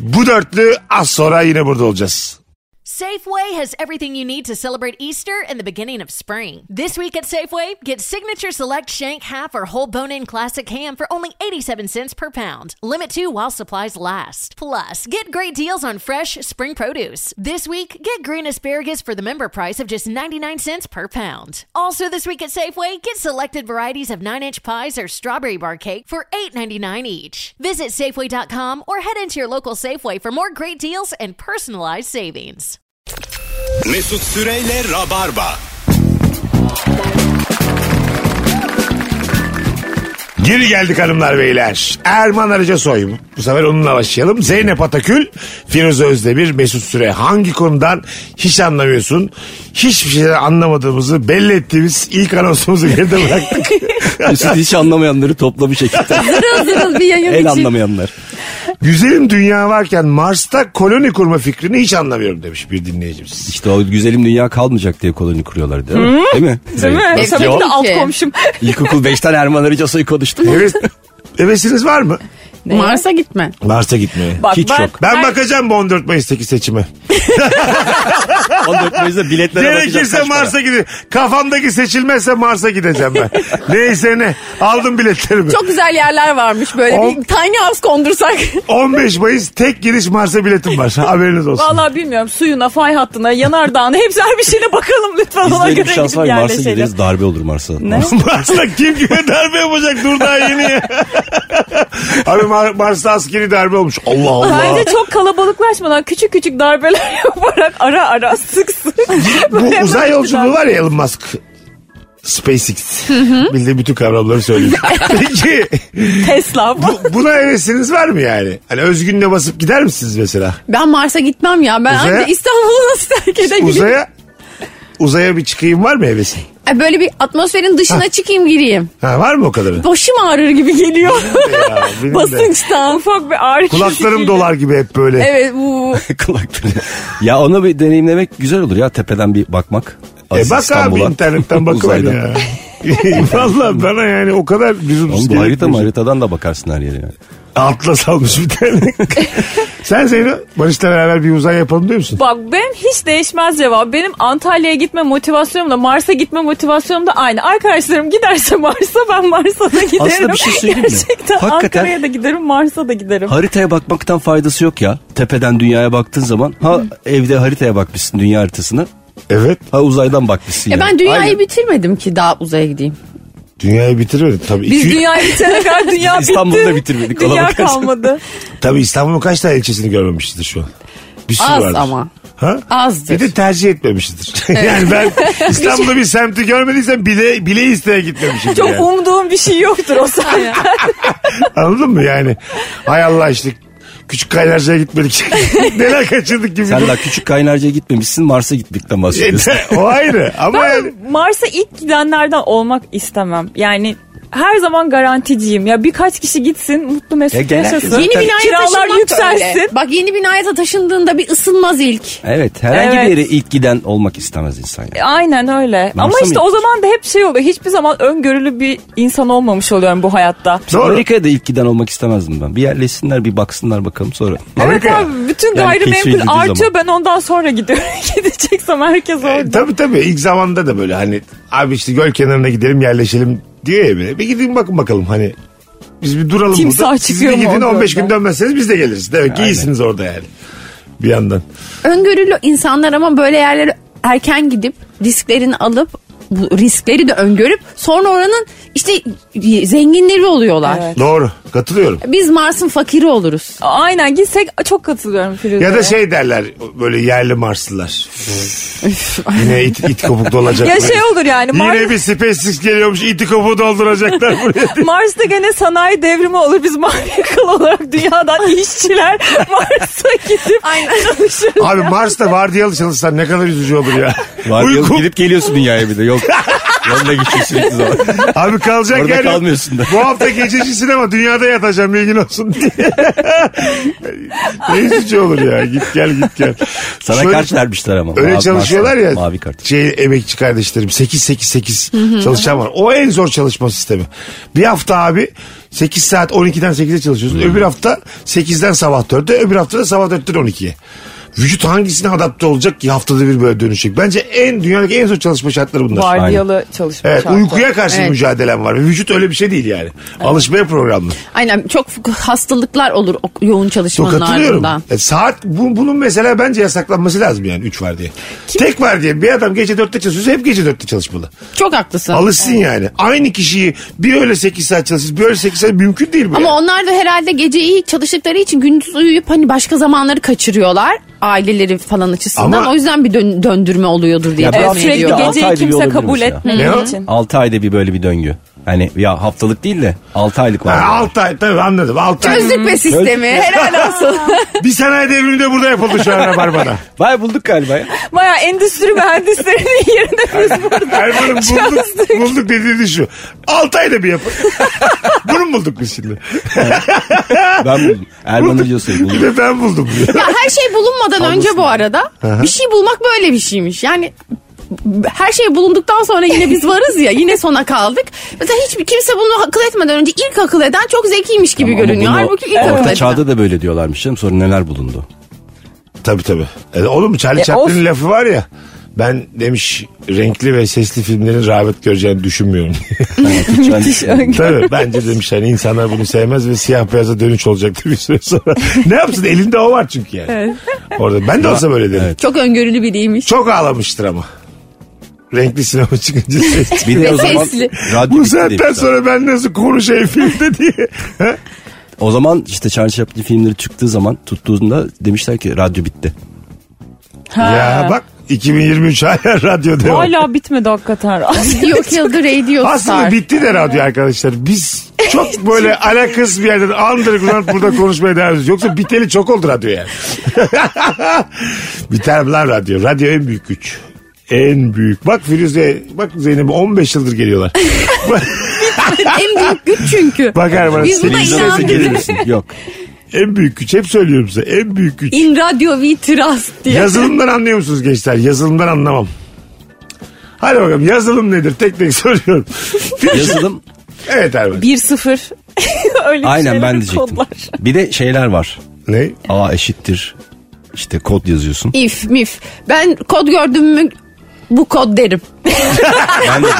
B: Bu dörtlü az sonra yine burada olacağız.
A: Safeway has everything you need to celebrate Easter and the beginning of spring. This week at Safeway, get Signature Select Shank Half or Whole Bone In Classic Ham for only 87 cents per pound. Limit 2 while supplies last. Plus, get great deals on fresh spring produce. This week, get green asparagus for the member price of just 99 cents per pound. Also this week at Safeway, get selected varieties of 9-inch pies or strawberry bar cake for $8.99 each. Visit safeway.com or head into your local Safeway for more great deals and personalized savings.
F: Mesut Süreyle Rabarba.
B: Geri geldik hanımlar beyler. Erman Arıca Soy. Bu sefer onunla başlayalım. Zeynep Atakül, Firuze Özdemir, Mesut Süre. Hangi konudan hiç anlamıyorsun? Hiçbir şeyden anlamadığımızı belli ettiğimiz ilk anonsumuzu geride bıraktık.
D: Mesut hiç anlamayanları toplamış ekipten.
C: zırıl zırıl bir yayın
D: El
C: için.
D: anlamayanlar.
B: Güzelim dünya varken Mars'ta koloni kurma fikrini hiç anlamıyorum demiş bir dinleyicimiz.
D: İşte o güzelim dünya kalmayacak diye koloni kuruyorlar değil mi? Değil mi?
E: Değil mi?
C: Evet,
E: Tabii ki de
C: yok.
E: alt komşum.
D: İlkokul 5'ten Erman Arıca soyu konuştum.
B: Evet. Hevesiniz var mı?
C: Mars'a gitme.
B: Mars'a gitmeye.
E: Bak,
D: Hiç
E: ben,
D: yok.
B: Ben bakacağım bu 14 Mayıs'taki seçime.
D: 14 Mayıs'ta biletlere bakacağız.
B: Gerekirse
D: kaç para.
B: Mars'a gideyim. Kafamdaki seçilmezse Mars'a gideceğim ben. Neyse ne. Aldım biletlerimi.
C: Çok güzel yerler varmış böyle.
B: On-
C: Bir tiny house kondursak.
B: 15 Mayıs tek giriş Mars'a biletim var. Haberiniz olsun.
E: Vallahi bilmiyorum suyuna, fay hattına, yanardağına hepsi her bir şeyine bakalım lütfen
D: Bizde
E: ona
D: öyle
E: göre
D: bir şey şans
E: gidip
D: var Mars'a
E: yerleşelim.
D: gideriz darbe olur Mars'a.
E: Ne?
B: Mars'ta kim kime darbe yapacak? Dur daha yeni ya. Abi Mar- Mars'ta askeri darbe olmuş. Allah Allah.
E: Bence çok kalabalıklaşmadan küçük küçük darbeler yaparak ara ara sık sık.
B: Bu
E: Böyle
B: uzay yolculuğu
E: güzel.
B: var ya Elon Musk. SpaceX. Bildiğim bütün kavramları söyledim. Peki
E: Tesla. Bu,
B: bu- buna hevesiniz var mı yani? Hani özgünle basıp gider misiniz mesela?
C: Ben Mars'a gitmem ya. Ben
B: Uzaya-
C: anca İstanbul'u nasıl terk edebilirim?
B: Uzaya uzaya bir çıkayım var mı hevesin?
C: Ay, E, Böyle bir atmosferin dışına çıkayım gireyim.
B: Ha, var mı o kadarı?
C: Başım ağrır gibi geliyor.
B: Ya, benim de.
C: Basınçtan.
E: ufak bir ağrı
B: Kulaklarım
E: kesildi.
B: dolar gibi hep böyle.
C: Evet bu.
D: Kulakları. ya ona bir deneyimlemek güzel olur ya tepeden bir bakmak.
B: E
D: Aziz
B: bak abi
D: İstanbul'a.
B: internetten bakıver
D: Uzaydan.
B: ya. Valla bana yani o kadar lüzumsuz
D: Oğlum bu harita mı?
B: gerekmiş.
D: haritadan da bakarsın her yere. Yani.
B: Atla salmış bir tane. Sen Zeyno Barış'la beraber bir uzay yapalım diyor musun?
E: Bak benim hiç değişmez cevap. Benim Antalya'ya gitme motivasyonum da Mars'a gitme motivasyonum da aynı. Arkadaşlarım giderse Mars'a ben Mars'a da giderim.
D: Aslında bir şey söyleyeyim mi?
E: Gerçekten
D: Hakikaten-
E: Ankara'ya da giderim Mars'a da giderim.
D: Haritaya bakmaktan faydası yok ya. Tepeden dünyaya baktığın zaman ha evde haritaya bakmışsın dünya haritasını.
B: Evet.
D: Ha uzaydan bakmışsın.
C: E
D: yani.
C: ben dünyayı
D: Aynen.
C: bitirmedim ki daha uzaya gideyim.
B: Dünyayı bitirmedim. Tabii,
E: Biz
B: iki-
E: dünyayı bitene kadar dünya bitti.
D: İstanbul'da bitirmedik, ona
E: Dünya
D: bakarsan.
E: kalmadı.
B: tabii İstanbul'un kaç tane ilçesini görmemişizdir şu an. Bir sürü
C: Az
B: vardır.
C: ama.
B: Ha?
C: Azdır.
B: Bir de tercih etmemişizdir. yani ben İstanbul'da bir semti görmediysem bile, bile isteye gitmemişim.
E: Çok
B: yani.
E: umduğum bir şey yoktur o sahne.
B: Anladın mı yani? Hay Allah işte Küçük kaynarcaya gitmedik. Neler kaçırdık gibi.
D: Sen daha küçük kaynarcaya gitmemişsin Mars'a gitmekten bahsediyorsun.
E: Şey,
B: E, o ayrı ama yani.
E: Ben Mars'a ilk gidenlerden olmak istemem. Yani her zaman garanticiyim. Ya birkaç kişi gitsin mutlu
D: Ya
E: mesut
D: genel-
E: yaşasın.
D: Zaten-
C: Yeni binaya
E: Kiralar
C: taşınmak
E: yükselsin.
C: da öyle. Bak yeni binaya da taşındığında bir ısınmaz ilk.
D: Evet herhangi
E: Evet.
D: bir yere ilk giden olmak istemez insan ya.
E: Aynen öyle. Ama işte
D: mı
E: o
D: gittin?
E: zaman da hep şey oluyor. Hiçbir zaman öngörülü bir insan olmamış oluyorum bu hayatta.
B: Doğru.
D: Amerika'ya da ilk giden olmak istemezdim ben. Bir yerleşsinler bir baksınlar bakalım sonra.
E: Evet
B: Amerika.
E: abi bütün
D: Yani
E: gayrimenkul
D: keşfedildiği zaman.
E: artıyor ben ondan sonra gidiyorum. Gideceksem herkes
B: E,
E: orada.
B: tabii tabii ilk zamanda da böyle hani abi işte göl kenarına gidelim yerleşelim diyor ya böyle. Bir gidin bakın bakalım hani biz bir duralım
E: Timsah
B: burada. Siz bir
E: çıkıyor mu
B: gidin
E: o
B: 15 gün
E: gölden?
B: dönmezseniz biz de geliriz. Demek ki iyisiniz orada yani. Bir yandan.
C: Öngörülü insanlar ama böyle yerlere erken gidip risklerini alıp bu riskleri de öngörüp sonra oranın işte zenginleri oluyorlar.
E: Evet.
B: Doğru. Katılıyorum.
C: Biz Mars'ın fakiri oluruz.
E: Aynen gitsek çok katılıyorum Firuze.
B: Ya da şey derler böyle yerli Marslılar. Yine it, it kopuk dolacak.
E: Ya
B: buraya.
E: şey olur yani
B: Yine
E: Mars,
B: bir SpaceX geliyormuş iti kopuğu dolduracaklar buraya. diye.
E: Mars'ta gene sanayi devrimi olur. Biz mavi yakalı olarak dünyadan işçiler Mars'a gidip çalışırız.
B: Abi Mars'ta vardiyalı çalışsan ne kadar üzücü olur ya.
D: Var ya,
B: Uyku.
D: gidip geliyorsun dünyaya bir de yok. Yoluna geçiyor sürekli zaman.
B: Abi kalacak
D: Orada
B: yer yok.
D: kalmıyorsun da.
B: Bu hafta gececi sinema dünyada yatacağım bilgin olsun diye. ne üzücü olur ya git gel git gel.
D: Sana
B: Şöyle-
D: kart vermişler ama.
B: Öyle
D: Mavi-
B: çalışıyorlar ya.
D: Mavi kart.
B: Şey, emekçi kardeşlerim 8-8-8 çalışan var. O en zor çalışma sistemi. Bir hafta abi 8 saat 12'den 8'e çalışıyorsun.
D: Hmm.
B: Öbür hafta 8'den sabah 4'e öbür hafta da sabah 4'ten 12'ye. Vücut hangisine adapte olacak ki haftada bir böyle dönüşecek. Bence en dünyadaki en zor çalışma şartları bunlar.
E: Vardiyalı çalışma
B: Evet,
E: şartı.
B: uykuya karşı
C: Evet.
B: mücadelem var. Vücut öyle bir şey değil yani. Alışmaya programlı.
C: Aynen çok hastalıklar olur o yoğun
B: Çok
C: çalışmanın
B: katılıyorum.
C: ardından.
B: E, saat bu- bunun mesela bence yasaklanması lazım yani 3 var diye. Tek var diye bir adam gece 4'te çalışıyorsa hep gece 4'te çalışmalı.
C: Çok haklısın.
B: Alışsın yani. Aynı kişiyi bir öyle 8 saat çalışsın bir öyle 8 saat mümkün değil bu.
C: Ama
B: yani.
C: onlar da herhalde gece iyi çalıştıkları için gündüz uyuyup hani başka zamanları kaçırıyorlar. Aileleri falan açısından.
B: Ama-
C: o yüzden bir dön- döndürme oluyordur diye
D: Ya
C: tahmin
E: Evet,
D: Altı
E: sürekli
D: ayda
C: ediyorum.
D: altı
E: geceyi
D: ayda bir
E: kimse
D: olabilir şey.
E: kabul
D: mesela.
E: etmediği
B: Ne o?
E: için.
D: 6 ayda bir böyle bir döngü. Hani ya haftalık değil de 6 aylık var.
B: Ha, altı ay tabii anladım. 6 ay.
C: Çözdük be sistemi. Helal olsun.
B: bir sanayi devrimi de burada yapıldı şu an Rabarba'da.
D: Vay bulduk galiba ya.
E: Baya endüstri mühendislerinin yerinde biz burada
B: Erman'ın bulduk,
E: çalıştık.
B: bulduk dediği şu. 6 ayda bir yapın. Bunu mu bulduk biz şimdi?
D: Ben buldum. Erman'ı diyorsun
B: Bir
D: buldum.
B: de ben buldum. bunu.
C: Ya her şey bulunmadan önce bu arada bir şey bulmak böyle bir şeymiş. Yani b- her şey bulunduktan sonra yine biz varız ya yine sona kaldık. Mesela hiçbir kimse bunu akıl etmeden önce ilk akıl eden çok zekiymiş gibi
D: Ama bunu
C: görünüyor. Halbuki ilk akıl
D: Orta
C: eden.
D: çağda da böyle diyorlarmış canım. Sonra neler bulundu?
B: Tabii tabii. E, oğlum Charlie
E: E,
B: Chaplin'in
E: of.
B: lafı var ya. Ben demiş renkli ve sesli filmlerin rağbet göreceğini düşünmüyorum.
D: Müthiş
B: tabii bence demiş hani insanlar bunu sevmez ve siyah beyaza dönüş olacak bir süre sonra. ne yapsın elinde o var çünkü yani. Orada ben de olsa böyle derim.
C: Çok öngörülü biriymiş.
B: Çok ağlamıştır ama. Renkli sinema çıkınca ses.
D: Bir de o
C: Ve
D: zaman
C: sesli.
D: radyo
B: Bu
D: bitti
B: saatten
D: demişler.
B: sonra ben nasıl konuşayım filmde diye. Ha?
D: O zaman işte Charlie Chaplin filmleri çıktığı zaman tuttuğunda demişler ki radyo bitti.
B: ya bak 2023 hala radyo devam.
E: Hala bitmedi hakikaten.
C: Yok yıldır Radio
B: Aslında
C: Star.
B: bitti de radyo arkadaşlar. Biz çok böyle alakasız bir yerden underground burada konuşmaya devam ediyoruz. Yoksa biteli çok oldu radyo yani. Biter mi lan radyo? Radyo en büyük güç. En büyük. Bak Firuze, bak Zeynep 15 yıldır geliyorlar.
C: en büyük güç çünkü.
B: Bak Erman.
C: Biz buna
B: senin
D: Televizyon
B: sesi
D: olsa
C: inandık.
D: gelir
B: geliyor.
D: misin? Yok.
B: En büyük güç. Hep söylüyorum size. En büyük güç.
C: In Radio We Trust diye.
B: Yazılımdan anlıyor musunuz gençler? Yazılımdan anlamam. Hadi bakalım yazılım nedir? Tek tek soruyorum.
D: Yazılım
B: evet Erman.
E: 1-0. Öyle bir
D: aynen
E: şeyler,
D: ben diyecektim.
E: kodlar.
D: Bir de şeyler var.
B: Ne?
D: A eşittir. İşte kod yazıyorsun.
C: If mif. Ben kod gördüm mü bu kod derim.
D: Ben, de böyle.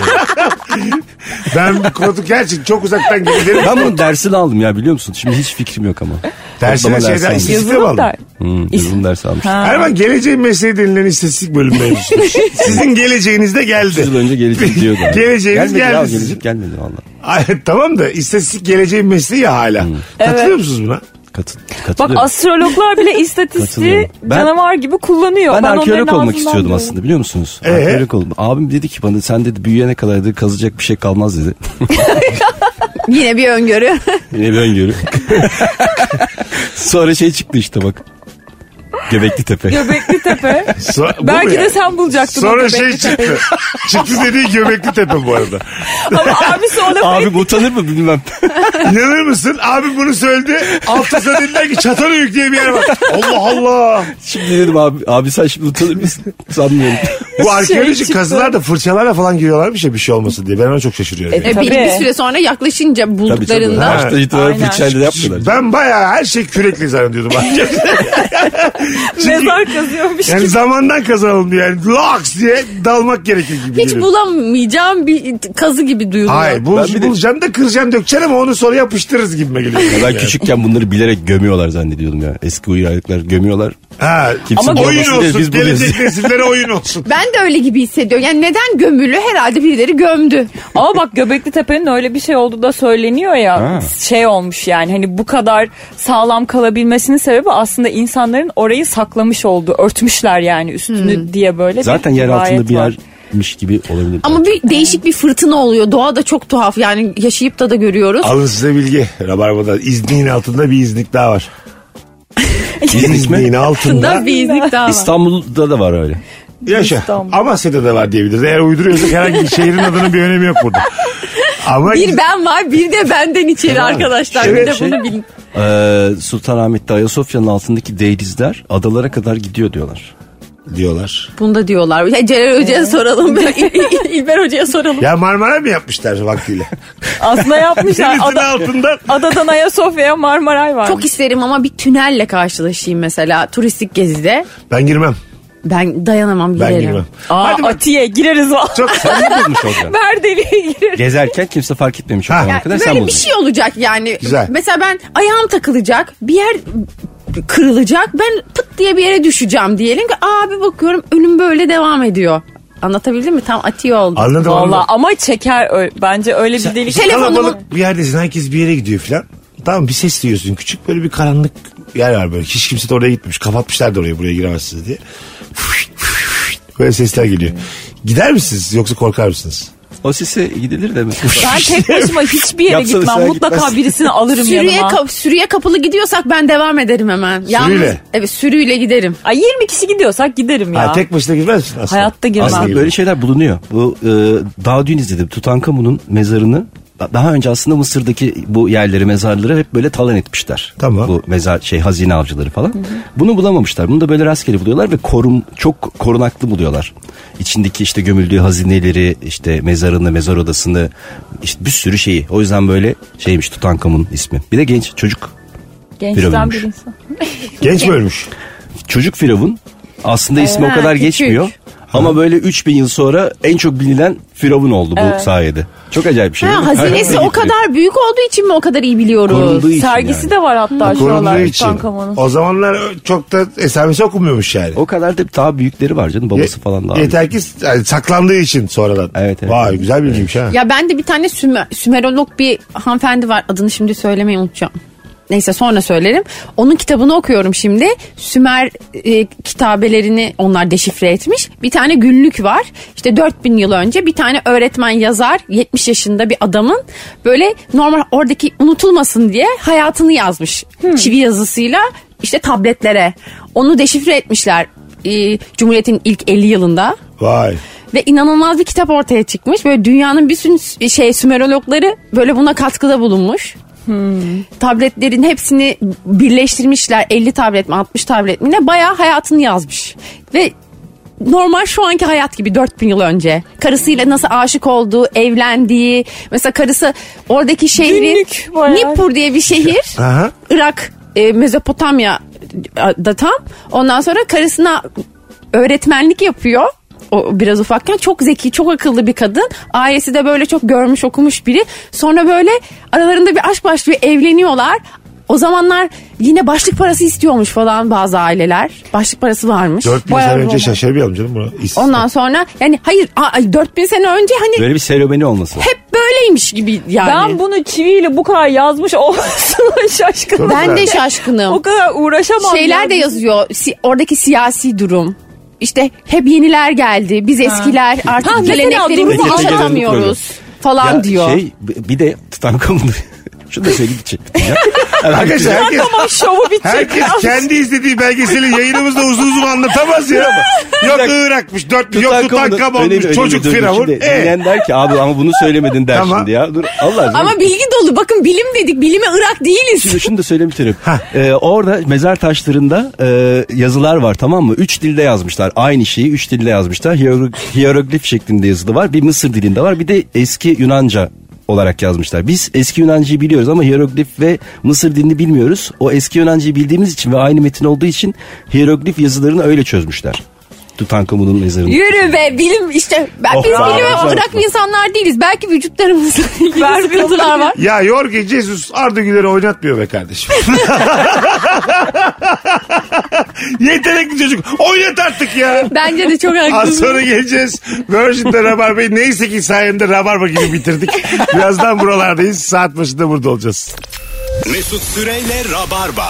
B: Ben kodu gerçekten çok uzaktan gelirim.
D: ben bunun dersini aldım ya biliyor musun? Şimdi hiç fikrim yok ama.
B: Dersine
D: Kodlama dersi
B: şeyden
D: almış.
B: istatistik mi
E: Yazılım
B: aldın?
E: da.
D: Hmm, yazılım dersi almış.
B: Erman geleceğin mesleği denilen istatistik bölüm mevzusu.
E: Şey-
B: Sizin geleceğiniz de geldi.
D: 30 yıl önce gelecek diyordu. abi.
B: Geleceğiniz
D: gelmedi.
B: geldi
D: ya,
B: sizin.
D: gelecek gelmedi valla.
B: Ay, tamam da istatistik geleceğin mesleği ya hala.
D: Hmm.
B: Katılıyor musunuz buna?
D: Katıl,
E: Bak
D: katılıyorum.
E: astrologlar bile istatistiği
D: Katılıyorum. Ben-
E: canavar gibi kullanıyor.
D: ben,
E: onların
D: arkeolog
E: ağzından
D: olmak istiyordum
E: duyuyorum.
D: aslında biliyor musunuz?
B: Ee?
D: Arkeolog oldum. Abim dedi ki bana sen dedi büyüyene kadar dedi, kazacak bir şey kalmaz dedi.
C: Yine bir öngörü.
D: Yine bir öngörü. Sonra şey çıktı işte bak. Göbekli Tepe.
E: Göbekli Tepe.
B: So- bu mu
E: Belki
B: ya?
E: de sen bulacaktın o
B: Sonra
E: Göbekli
B: şey çıktı. çıktı dediği Göbekli Tepe bu arada.
E: Ama abisi ona
D: Abi utanır mı bilmem.
B: İnanır mısın? Abi bunu söyledi. Altıza dediler ki Çatalhöyük diye bir yer var. Allah Allah.
D: Şimdi dedim abi, abi sen şimdi utanır mısın? Sanmıyorum.
B: Bu arkeolojik
E: Şey çıktı.
B: kazılar da fırçalarla falan giriyorlarmış ya bir şey olmasın diye. Ben ona çok şaşırıyorum.
E: E,
C: E, bir,
E: Tabii.
C: bir süre sonra yaklaşınca
D: Tabii tabii.
C: bulduklarında
D: Başta itibaren
E: Aynen.
D: fırçayla yapmıyorlar.
B: Ben bayağı her şey kürekle zannediyordum. Çünkü
E: mezar kazıyormuş.
B: yani zamandan kazanalım diye. Yani laks diye dalmak gerekir gibi.
C: hiç
D: şey
B: geliyor.
C: bulamayacağım bir kazı gibi duyuluyor.
B: Hayır
D: Ben bir
B: bul,
D: de-
B: bulacağım da kıracağım dökeceğim ama onu sonra yapıştırırız gibime geliyor.
D: Ya ben küçükken bunları bilerek gömüyorlar zannediyordum ya. Eski uyarlıklar gömüyorlar.
B: Ha,
D: Kimse
B: ama oyun
D: bulmasın diye
B: olsun.
D: biz
B: Gelecek
D: buluyoruz.
B: nesillere oyun olsun.
C: Ben de öyle gibi hissediyorum. Yani neden gömülü? Herhalde birileri gömdü.
E: Ama bak Göbekli Tepe'nin öyle bir şey olduğu da söyleniyor ya.
D: Ha.
E: Şey olmuş yani hani bu kadar sağlam kalabilmesinin sebebi aslında insanların orayı saklamış oldu. Örtmüşler yani üstünü
C: Hmm.
E: diye böyle
D: Zaten
E: bir
D: yer altında
E: rivayet
D: bir
E: var.
D: yermiş gibi olabilir.
C: Ama bir değişik bir fırtına oluyor. Doğa da çok tuhaf. Yani yaşayıp da da görüyoruz.
B: Alın size bilgi. Rabarba'da izniğin altında bir iznik daha var.
D: İznik mi?
B: İzniğin altında
C: Da bir izlik daha var.
D: İstanbul'da da var öyle.
B: yaşa.
E: İstanbul.
B: Amasya'da da var diyebiliriz. Eğer uyduruyorsak herhangi bir şehrin adının bir önemi yok burada. Ama
C: Bir ben var bir de benden içeri arkadaşlar. Bir
D: Evet,
C: de
D: şey-
C: bunu bilin.
D: Ee, Sultanahmet'te Ayasofya'nın altındaki değdizler adalara kadar gidiyor diyorlar.
B: diyorlar.
C: Bunu da diyorlar. Ya Celal Hoca'ya soralım. İl- İl- İlber Hoca'ya soralım.
B: Ya Marmara mı yapmışlar vaktiyle?
E: Aslında yapmışlar.
B: Denizin
E: Ada-
B: altında
E: Adadan Ayasofya'ya Marmaray var.
C: Çok isterim ama bir tünelle karşılaşayım mesela turistik gezide.
B: ben girmem.
C: Ben dayanamam
B: Ben
C: giderim.
B: girmem.
E: Aa,
B: Hadi bak.
E: Atiye gireriz valla.
B: Çok
D: Bulmuş olacak.
E: Merdeli'ye gireriz.
D: Gezerken kimse fark etmemiş o
B: Ha.
D: zamana
C: Yani
D: kadar
C: böyle
D: sen
C: bir
D: buldun.
C: şey olacak yani.
B: Güzel.
C: Mesela ben ayağım takılacak. Bir yer kırılacak. Ben pıt diye bir yere düşeceğim diyelim ki abi bakıyorum önüm böyle devam ediyor. Anlatabildim mi? Tam atiye oldu.
B: anladım
E: Valla
B: anladım.
E: ama çeker ö- bence öyle bir delik.
C: telefonumu-
B: Kalabalık bir yerdesin herkes bir yere gidiyor filan. Tamam bir ses duyuyorsun küçük böyle bir karanlık yer var böyle. Hiç kimse de oraya gitmemiş. Kapatmışlar da orayı buraya giremezsiniz diye. Böyle sesler geliyor. Gider misiniz yoksa korkar mısınız?
D: O sese gidilir de mi?
E: Ben tek başıma hiçbir yere
D: Yapsanız
E: gitmem.
D: sen
E: Mutlaka
D: gitmezsin.
E: birisini alırım
C: Sürüye,
E: yanıma.
C: ka- sürüye kapılı gidiyorsak ben devam ederim hemen. Yalnız, evet sürüyle giderim.
E: Ay 20 kişi gidiyorsak giderim ya.
B: Ha, tek başına girmez misin aslında?
E: Hayatta girmem.
B: Aslında
D: Aslında böyle şeyler bulunuyor. Bu e, daha dün izledim. Tutankamon'un mezarını daha önce aslında Mısır'daki bu yerleri mezarları hep böyle talan etmişler.
B: Tamam.
D: Bu mezar şey hazine avcıları falan. Bunu bulamamışlar. Bunu da böyle rastgele buluyorlar ve korum çok korunaklı buluyorlar. İçindeki işte gömüldüğü hazineleri, işte mezarını, mezar odasını, işte bir sürü şeyi. O yüzden böyle şeymiş Tutankamon'un ismi. Bir de genç çocuk
E: Gençten
D: Piramidmiş.
E: bir insan.
B: Genç mi ölmüş?
D: Çocuk Firavun aslında ismi
C: Ee, Ha,
D: o kadar
C: küçük.
D: geçmiyor. Ama böyle 3000 yıl sonra en çok bilinen Firavun oldu bu sayede. Çok acayip bir şey. değil
C: Ha,
D: mi?
C: hazinesi o kadar büyük olduğu için mi o kadar iyi biliyoruz?
D: Korunduğu için
E: Sergisi
D: yani.
E: de var hatta şu
B: Korunduğu
E: an
B: için.
E: Tutankamon'un.
B: O zamanlar çok da esamesi okunmuyormuş yani.
D: O kadar da daha büyükleri var canım. Babası
B: Ye-
D: falan daha.
B: Yeter ki yani saklandığı için sonradan.
D: Evet, evet.
B: Vay güzel bilgiymiş ha.
C: Ya ben de bir tane Sümer, Sümerolog bir hanımefendi var. Adını şimdi söylemeyi unutacağım. Neyse sonra söylerim. Onun kitabını okuyorum şimdi. Sümer e, kitabelerini onlar deşifre etmiş. Bir tane günlük var. İşte 4000 yıl önce bir tane öğretmen yazar 70 yaşında bir adamın böyle normal oradaki unutulmasın diye hayatını yazmış. Çivi yazısıyla işte tabletlere. Onu deşifre etmişler. e, Cumhuriyet'in ilk 50 yılında
B: Vay.
C: ve inanılmaz bir kitap ortaya çıkmış. Böyle dünyanın bir sürü s- şey Sümerologları böyle buna katkıda bulunmuş.
E: Hmm.
C: Tabletlerin hepsini birleştirmişler. 50 tablet mi 60 tablet mi ne bayağı hayatını yazmış. Ve normal şu anki hayat gibi 4000 yıl önce. Karısıyla nasıl aşık olduğu, evlendiği. Mesela karısı oradaki şehri
E: Günlük bayağı.
C: Nippur diye bir şehir.
B: Aha.
C: Irak, e, Mezopotamya da tam. Ondan sonra karısına öğretmenlik yapıyor. O biraz ufakken çok zeki, çok akıllı bir kadın. Ailesi de böyle çok görmüş, okumuş biri. Sonra böyle aralarında bir aşk başlıyor, evleniyorlar. O zamanlar yine başlık parası istiyormuş falan bazı aileler. Başlık parası varmış.
B: 4000
E: Bayağı
B: sene önce
E: roman.
B: şaşırmayalım canım buna. İstisna.
C: Ondan sonra yani hayır a- ay, 4000 sene önce hani
D: Böyle bir serüveni olması.
C: hep böyleymiş gibi yani.
E: Ben bunu çiviyle bu kadar yazmış olmasına şaşkınım.
C: ben de şaşkınım.
E: O kadar uğraşamam.
C: Şeyler
E: ya.
C: de yazıyor. Si- oradaki siyasi durum. İşte hep yeniler geldi. Biz eskiler artık
E: Ha, mesela
C: geleneklerimizi
E: durumu
D: anlatan program.
C: yaşatamıyoruz falan
D: Ya
C: diyor.
D: Şey b- bir de Tutankamon'un şu da seni gidecek. Ya.
B: Arkadaşlar herkes,
E: Tamam şovu bitecek.
B: herkes kendi izlediği belgeseli yayınımızda uzun uzun anlatamaz ya ama. Yok Irak'mış, dört, yok Tutankamon'muş, çocuk firavun.
D: Şimdi
B: E,
D: dinleyen der ki abi ama bunu söylemedin der
B: Tamam.
D: şimdi ya. Dur Allah aşkına.
C: Ama bilgi dolu. Bakın bilim dedik. Bilime Irak değiliz.
D: Şimdi şunu da söylemiştim. Ee, orada mezar taşlarında e, yazılar var tamam mı? Üç dilde yazmışlar. Aynı şeyi üç dilde yazmışlar. Hiyero- Hiyeroglif şeklinde yazılı var. Bir Mısır dilinde var. Bir de eski Yunanca olarak yazmışlar. Biz eski Yunancayı biliyoruz ama hieroglif ve Mısır dilini bilmiyoruz. O eski Yunancayı bildiğimiz için ve aynı metin olduğu için hieroglif yazılarını öyle çözmüşler. Tutankamon'un mezarını.
C: Yürü be bilim işte. Ben, biz
D: bravo,
C: bilime
D: bravo.
C: Irak insanlar değiliz. Belki vücutlarımızla ilgili
E: Ver
C: sıkıntılar var.
B: ya Jorge Jesus Arda Güler'i oynatmıyor be kardeşim. Yetenekli çocuk. Oynat artık ya.
C: Bence de çok
B: Az
C: haklısın.
B: sonra geleceğiz. Virgin'de Rabarba'yı neyse ki sayemde Rabarba gibi bitirdik. Birazdan buralardayız. Saat başında burada olacağız.
F: Mesut Süreyle Rabarba.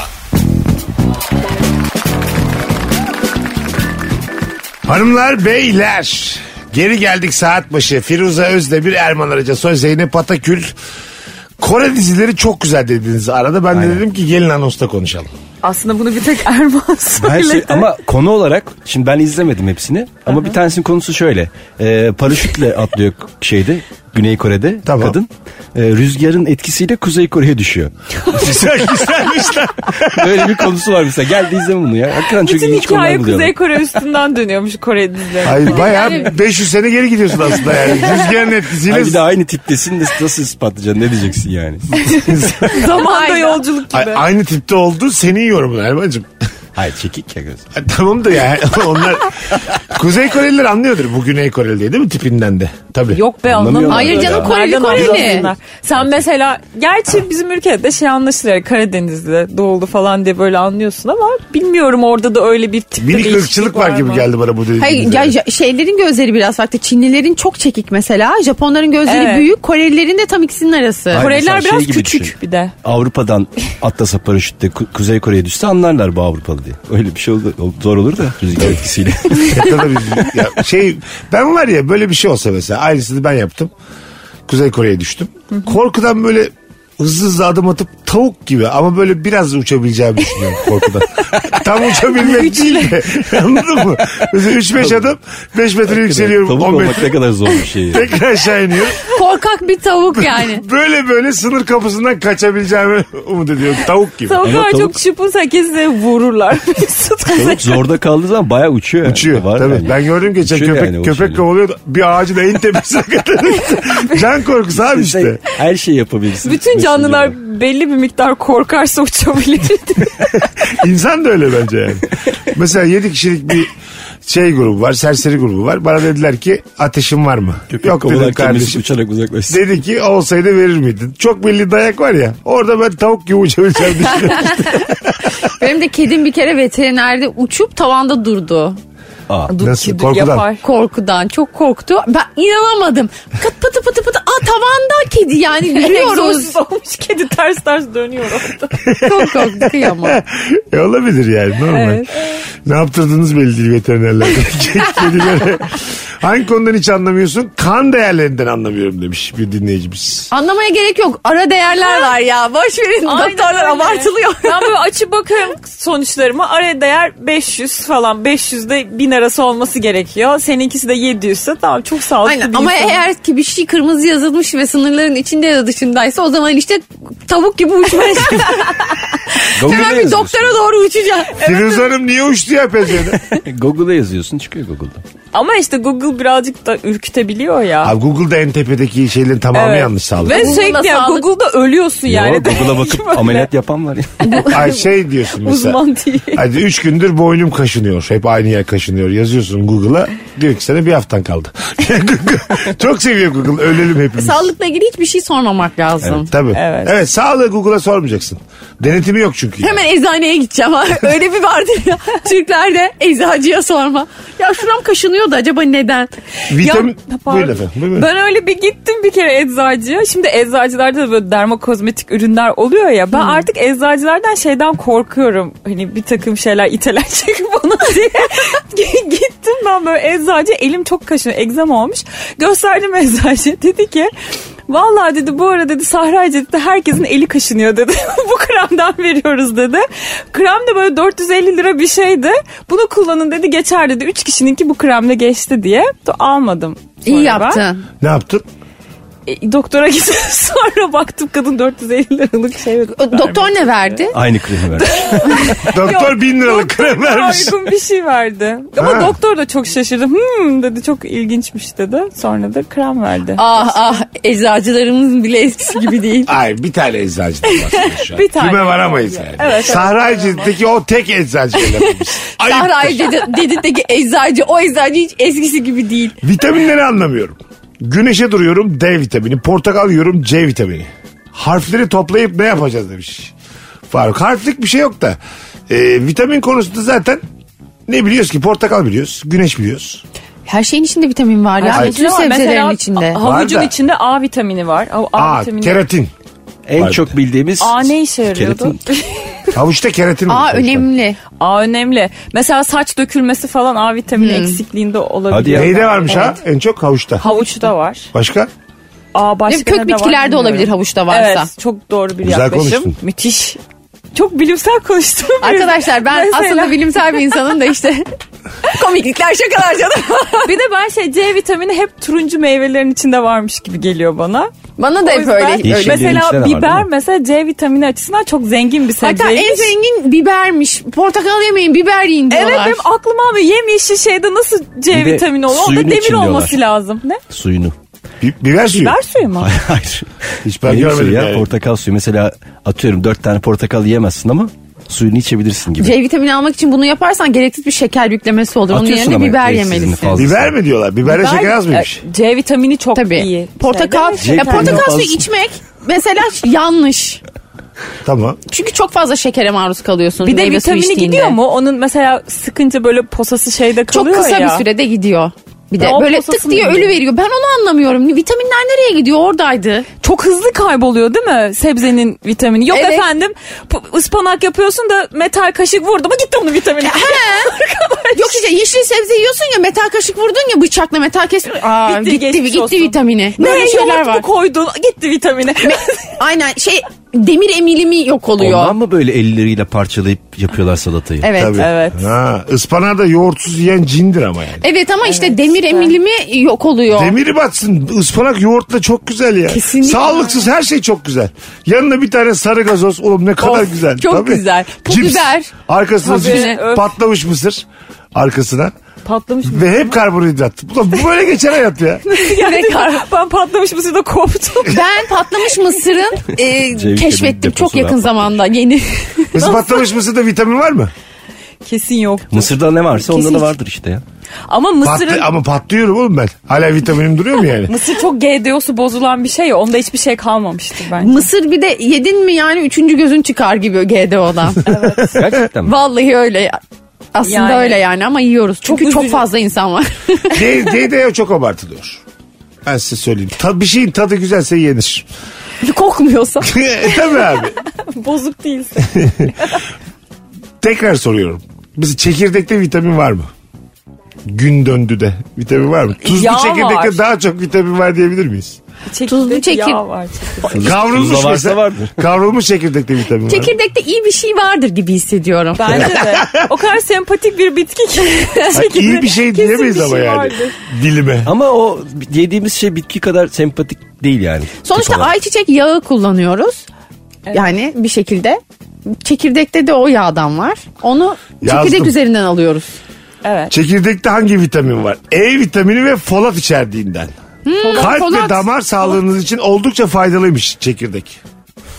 B: Hanımlar, beyler. Geri geldik saat başı. Firuze Özdemir, Erman Araca, Soy Zeynep Atakül. Kore dizileri çok güzel dediniz arada. Ben de dedim ki gelin anosta konuşalım.
E: Aslında bunu bir tek Erman
D: Ben
E: söyledi.
D: şey- ama konu olarak şimdi ben izlemedim hepsini ama bir tanesinin konusu şöyle Ee, paraşütle atlıyor şeyde Güney Kore'de
B: Tamam.
D: kadın Ee, rüzgarın etkisiyle Kuzey Kore'ye düşüyor.
B: güzel güzelmiş lan.
D: Böyle bir konusu var mesela geldi izleme bunu ya. Hakikaten çok
E: Bütün
D: ilginç
E: hikaye
D: konular
E: Kuzey
D: buluyorlar.
E: Kore üstünden dönüyormuş Kore dizileri.
B: Hayır bayağı 500 sene geri gidiyorsun aslında yani. Rüzgarın etkisiyle.
D: Hani bir de aynı tiptesin de nasıl ispatlayacaksın ne diyeceksin yani.
E: Zamanda
C: Aynen.
E: yolculuk gibi.
B: A- aynı tipte oldu senin yorumun Erman'cığım.
D: Hayır çekik ya göz.
B: Ha, Tamam da ya onlar Kuzey Koreliler anlıyordur bu Güney Koreli diye değil mi tipinden de? Tabii.
E: Yok be anlamıyorum.
D: Anlamıyorlar Hayır
C: canım, ya. Koreli,
E: Nereden
C: Koreli.
E: anlasınlar? Sen mesela gerçi bizim ülkede de şey anlaşılıyor. Karadeniz'de doğuldu falan diye böyle anlıyorsun ama bilmiyorum orada da öyle bir tipte
B: Minik
E: değişiklik
B: ırkçılık var gibi
E: mı?
B: geldi bana bu dediğiniz.
C: Hayır ya, ja- şeylerin gözleri biraz farklı. Çinlilerin çok çekik mesela. Japonların gözleri
E: Evet.
C: büyük. Korelilerin de tam ikisinin arası.
D: Hayır,
E: Koreliler
D: mesela
E: biraz
D: şey gibi
E: küçük
D: düşün.
E: bir de.
D: Avrupa'dan atlasa paraşütle Ku- Kuzey Kore'ye düşse anlarlar bu Avrupalı diye. Öyle bir şey oldu, zor olur da rüzgar etkisiyle.
B: Ne kadar üzücü. Ya şey ben var ya böyle bir şey olsa mesela aynısını ben yaptım. Kuzey Kore'ye düştüm. Korkudan böyle hızlı hızlı adım atıp tavuk gibi ama böyle biraz da uçabileceğimi düşünüyorum korkudan. Tam uçabilmek değil de anladın mı? Mesela 3-5 adım 5 metre yükseliyorum
D: Tavuk
B: 10
D: olmak
B: metre
D: ne kadar zor bir şey. ya.
B: tekrar aşağı iniyorum.
C: Korkak bir tavuk yani.
B: Böyle böyle sınır kapısından kaçabileceğimi umut ediyorum tavuk gibi.
E: Tavuklar
D: Evet, tavuk-
E: çok çırpın sakizle vururlar. Mesut Kuzey.
D: Tavuk zorda kaldığı zaman bayağı uçuyor. yani.
B: Uçuyor.
D: Var
B: tabii.
D: yani.
B: Ben gördüm geçen
D: Uçuyor
B: köpek
D: yani,
B: köpek
D: uçuyor.
B: kovalıyordu. Bir ağacın en tepesine kadar. Can korkusu abi işte.
D: Her şeyi yapabilirsin.
E: Bütün canlılar belli bir miktar korkarsa uçabilir.
D: şey.
B: İnsan da öyle bence yani. Mesela 7 kişilik bir şey grubu var, serseri grubu var. Bana dediler ki ateşin var mı? Yok dedim kardeşim.
D: uçarak uzaklaşsın.
B: Dedi ki olsaydı verir miydin? Çok belli dayak var ya. Orada ben tavuk gibi uçabileceğimi düşünüyorum.
C: Benim de kedim bir kere veterinerde uçup tavanda durdu.
B: Nasıl? Korkudan.
E: Yapar.
C: Korkudan çok korktu. Ben inanamadım. Kıt pıtı pıtı pıtı. Aa tavanda kedi yani yürüyoruz.
E: Egzorsiz olmuş kedi ters ters dönüyor orada.
C: çok korktu kıyamam.
B: E, olabilir yani normal. Ne yaptırdınız belli değil veterinerler. Kedilere. Hangi konudan hiç anlamıyorsun? Kan değerlerinden anlamıyorum demiş bir dinleyicimiz.
C: Anlamaya gerek yok. Ara değerler var ya. Boş verin.
E: Aynen
C: Doktorlar
E: öyle.
C: abartılıyor.
E: Ben böyle açıp bakıyorum sonuçlarıma. Araya değer 500 falan. 500'de 1000 arası olması gerekiyor. Seninkisi de 700 ise tamam çok sağlıklı
C: Aynen
E: bir
C: ama
E: insan.
C: eğer ki bir şey kırmızı yazılmış ve sınırların içinde ya da dışındaysa o zaman işte tavuk gibi uçmaya Hemen bir doktora doğru uçacak.
B: Firuze Hanım niye uçtu ya pezevenk?
D: Google'a yazıyorsun çıkıyor Google'da.
E: Ama işte Google birazcık da ürkütebiliyor ya.
B: Abi Google'da en tepedeki şeylerin tamamı
E: Evet.
B: yanlış sağlık.
E: Ve
C: Google'da
E: sürekli ya,
C: sağlık-
E: Google'da ölüyorsun yani.
D: Ya Google'a bakıp
E: Böyle
D: ameliyat yapan var ya.
B: Ay şey diyorsun mesela.
E: Uzman değil.
B: Hadi üç gündür boynum kaşınıyor. Hep aynı yer kaşınıyor. Yazıyorsun Google'a. Diyor ki sana bir haftan kaldı. Google- Çok seviyor Google. Ölelim hepimiz.
C: Sağlıkla ilgili hiçbir şey sormamak lazım.
B: Tabii. Evet.
E: Evet.
B: sağlığı Google'a sormayacaksın. Denetimi yok çünkü.
C: Hemen eczaneye gideceğim. ha. Öyle bir vardı ya. Türklerde eczacıya sorma. Ya şuram kaşınıyor da acaba neden?
B: Vitamin...
E: Ya, pardon.
B: Buyurun efendim. Buyurun.
E: Ben öyle bir gittim bir kere eczacıya. Şimdi eczacılarda da böyle dermokozmetik ürünler oluyor ya.
C: Hmm.
E: Ben artık eczacılardan şeyden korkuyorum. Hani bir takım şeyler itelenecek bana diye. gittim ben böyle eczacı elim çok kaşınıyor. Egzama olmuş. Gösterdim eczacı. Dedi ki Vallahi dedi bu ara dedi Sahra dedi herkesin eli kaşınıyor dedi. bu kremden veriyoruz dedi. Krem de böyle 450 lira bir şeydi. Bunu kullanın dedi geçer dedi. Üç kişininki bu kremle geçti diye. Da- Almadım.
C: İyi
E: Sonra
C: yaptın.
B: Ne yaptın?
E: ben, e, doktora gittim sonra baktım kadın 450 liralık şey.
C: O- Doktor ne verdi?
D: Aynı kremi vermiş.
B: Doktor
E: Yok,
B: bin liralık
E: doktor
B: krem vermiş.
E: Uygun bir şey verdi. Ama
B: Ha.
E: doktor da çok şaşırdı. Hmm dedi çok ilginçmiş dedi. Sonra da krem verdi.
C: Ah ah eczacılarımızın bile eskisi gibi değil.
B: Ay bir tane eczacıdan bahsediyoruz şu an.
E: Bir tane.
B: Küme varamayız yani.
E: evet.
B: Sahra Ecevit'teki o tek eczacıyla yapılmış. Ayıp.
C: Sahra dedi, Dedit'teki eczacı o eczacı hiç eskisi gibi değil.
B: Vitaminleri anlamıyorum. Güneşe duruyorum D vitamini. Portakal yiyorum C vitamini. Harfleri toplayıp ne yapacağız demiş. Faruk harflik bir şey yok da. Ee, vitamin konusunda zaten ne biliyoruz ki portakal biliyoruz. Güneş biliyoruz.
C: Her şeyin içinde vitamin var Ah, ya.
B: Ay.
C: Bütün
E: Ama mesela
C: sebzelerin içinde.
E: ha- Havucun
B: Var da.
E: içinde A vitamini var. A, A
B: Aa,
E: vitamini.
B: keratin.
D: en çok bildiğimiz
E: A ne işe yarıyordu?
D: keratin.
B: Havuçta keratin var.
C: Aa önemli.
E: A önemli. Mesela saç dökülmesi falan A
C: Hmm.
E: vitamini eksikliğinde olabilir.
D: Hadi ya.
B: Neyde varmış ha? En çok havuçta.
E: Havuçta var.
B: Başka?
E: A başka
C: Kök
E: nerede var
C: bitkilerde
E: bilmiyorum.
C: olabilir havuçta varsa.
E: Evet çok doğru bir
B: Güzel
E: yaklaşım.
B: konuştun.
E: Müthiş. Çok bilimsel konuştum.
C: Arkadaşlar ben
E: Mesela-
C: aslında bilimsel bir insanım da işte komiklikler şakalar canım.
E: bir de ben şey C vitamini hep turuncu meyvelerin içinde varmış gibi geliyor bana.
C: Bana da
E: O
C: hep
E: yüzden-
C: öyle.
D: Yeşillerin
E: Mesela
D: içinde de var, değil
E: biber
D: mi?
E: mesela C vitamini açısından çok zengin bir sebzeymiş.
C: Hatta en zengin bibermiş. Portakal yemeyin biber yiyin diyorlar.
E: Evet benim aklıma abi yemyeşil şeyde nasıl C
D: Bir de
E: vitamini olur?
D: suyun
E: Onda demir
D: içinde
E: olması
D: diyorlar.
E: lazım. Ne?
D: Suyunu.
B: Bi- biber suyu.
E: Biber suyu mu?
D: Hayır, Hayır.
B: Hiç ben
D: Benim
B: görmedim
D: suyu ya,
B: yani.
D: Portakal suyu mesela atıyorum dört tane portakal yiyemezsin ama suyunu içebilirsin gibi.
C: C vitamini almak için bunu yaparsan gereksiz bir şeker yüklemesi olur. Onun
D: Atıyorsun
C: yerine
D: ama
C: biber
D: gereksizini
C: yemelisin.
D: fazla.
B: Biber mi diyorlar? Biberle şeker az mıymış?
E: E, C vitamini çok
C: Tabii.
E: iyi.
C: Portakal,
D: C
C: ya
D: vitamini
C: portakal
D: fazla.
C: suyu içmek mesela yanlış.
B: Tamam.
C: Çünkü çok fazla şekere maruz kalıyorsun.
E: Bir de
C: meyve suyu
E: vitamini
C: içtiğinde.
E: gidiyor mu? Onun mesela sıkınca böyle posası şeyde
C: Çok
E: kalıyor
C: kısa
E: ya.
C: bir sürede gidiyor. Bir de
E: Ya o
C: böyle
E: posasını
C: tık diye ölü
E: bilmiyorum.
C: veriyor. Ben onu anlamıyorum. Vitaminler nereye gidiyor? Oradaydı.
E: Çok hızlı kayboluyor değil mi sebzenin vitamini? Yok
C: Evet.
E: efendim p- ıspanak yapıyorsun da metal kaşık vurdu mu gitti onun vitamini.
C: Yok işte yeşil sebze yiyorsun ya metal kaşık vurdun ya bıçakla metal kes. Aa,
E: Bitti,
C: gitti
E: geçmiş
C: gitti
E: olsun.
C: vitamini.
E: ne
C: Böyle şeyler
E: yoğurt mu
C: var.
E: koydun gitti vitamini.
C: Aynen şey demir emilimi yok oluyor.
D: Ondan mı böyle elleriyle parçalayıp yapıyorlar salatayı?
C: Evet.
B: Tabii.
E: Evet.
B: Ha, ıspanağı da yoğurtsuz yiyen cindir ama yani.
C: Evet ama işte demir emilimi yok oluyor.
B: Demiri batsın. Ispanak yoğurtla çok güzel ya.
C: Kesinlikle.
B: Sağlıksız her şey çok güzel. Yanına bir tane sarı gazoz. Oğlum ne kadar
C: Of,
B: güzel.
C: çok güzel. Pul biber.
B: Arkasına
E: Tabii,
B: cips.
E: öf.
B: Patlamış mısır. Arkasına.
E: Patlamış mı?
B: Ve hep karbonhidrat. Bu, da- bu böyle geçen hayat ya.
E: Yani ben patlamış mısır da koptum.
C: Ben patlamış mısırın e,
D: Ceviz
C: keşfettim
D: deposu
C: çok
D: daha
C: yakın
D: patlamış.
C: zamanda yeni.
B: Mesela patlamış mısırda vitamin var mı?
E: Kesin yok.
D: Mısırda ne varsa onda
C: Kesin.
D: da vardır işte ya.
E: Ama mısırın...
B: Patlı, ama patlıyorum oğlum ben. Hala vitaminim duruyor mu yani?
E: Mısır çok GDO'su bozulan bir şey ya. Onda hiçbir şey kalmamıştır bence.
C: Mısır bir de yedin mi yani üçüncü gözün çıkar gibi GDO'dan.
D: Gerçekten mi?
C: Vallahi öyle ya. Aslında
E: Yani.
C: öyle yani ama yiyoruz. Çünkü
E: Çok
C: çok,
E: üzücü.
C: fazla insan var.
B: D- DDO çok abartılıyor. Ben size söyleyeyim. Ta- bir şeyin tadı güzelse yenir. E,
C: Kokmuyorsa.
B: Tabii abi.
E: Bozuk değil.
B: Tekrar soruyorum. Mesela çekirdekte vitamin var mı? Gün döndü de vitamin var mı? Tuzlu
E: Yağ
B: çekirdekte
E: var.
B: daha çok vitamin var diyebilir miyiz?
C: Tuzlu çekir-
E: Yağ var. çekirdek.
B: Kavrulmuş
D: varsa
B: mesela.
D: vardır.
B: Kavrulmuş çekirdekte vitamin var. mı?
C: Çekirdekte iyi bir şey vardır gibi hissediyorum.
E: Bence de. O kadar sempatik bir bitki ki.
B: Ay, İyi bir şey
E: Kesin
B: diyemeyiz
E: bir
B: ama
E: şey
B: yani.
E: vardır.
B: Dilime.
D: Ama o yediğimiz şey bitki kadar sempatik değil yani.
C: Sonuçta
D: Tip olarak.
C: ayçiçek yağı kullanıyoruz. Yani bir şekilde. Çekirdekte de o yağdan var. Onu
B: Yazdım.
C: çekirdek üzerinden alıyoruz.
E: Evet.
B: Çekirdekte hangi vitamin var? E vitamini ve folat içerdiğinden. Kalp ve
C: Hmm. folat.
B: damar sağlığınız için oldukça faydalıymış çekirdek.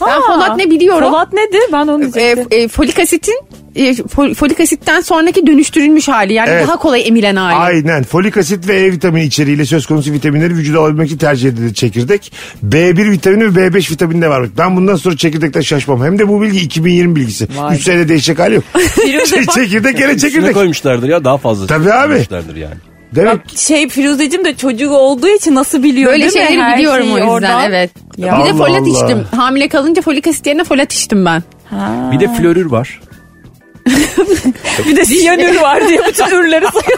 C: Ben folat ne biliyorum.
E: Folat nedir? Ben onu diyecektim.
C: E, e, folik asitin e, fol- folik asitten sonraki dönüştürülmüş hali yani
B: Evet.
C: daha kolay emilen hali.
B: Aynen. Folik asit ve E vitamini içeriğiyle söz konusu vitaminleri vücuda alabilmek için tercih edilir çekirdek. B1 vitamini ve B5 vitamini de varmış. Ben bundan sonra çekirdekten şaşmam. Hem de bu bilgi 2020 bilgisi. 3 senede değişecek hali yok. Çe- çekirdek gene
D: Üstüne
B: çekirdek.
D: koymuşlardır ya daha fazla.
B: Tabii abi.
D: Koymuşlardır yani.
B: Demek
E: şey Firuzeciğim de çocuğu olduğu için nasıl biliyor
C: Böyle
E: değil mi?
C: şeyleri
E: Her
C: biliyorum
E: şeyi
C: o yüzden
E: oradan.
C: evet.
E: Ya.
C: Bir de
B: Allah
C: folat
B: Allah.
C: içtim. Hamile kalınca folik asit yerine folat içtim ben.
D: Bir de florür var.
E: Bir de siyanür var diye bütün ürleri sayıyor.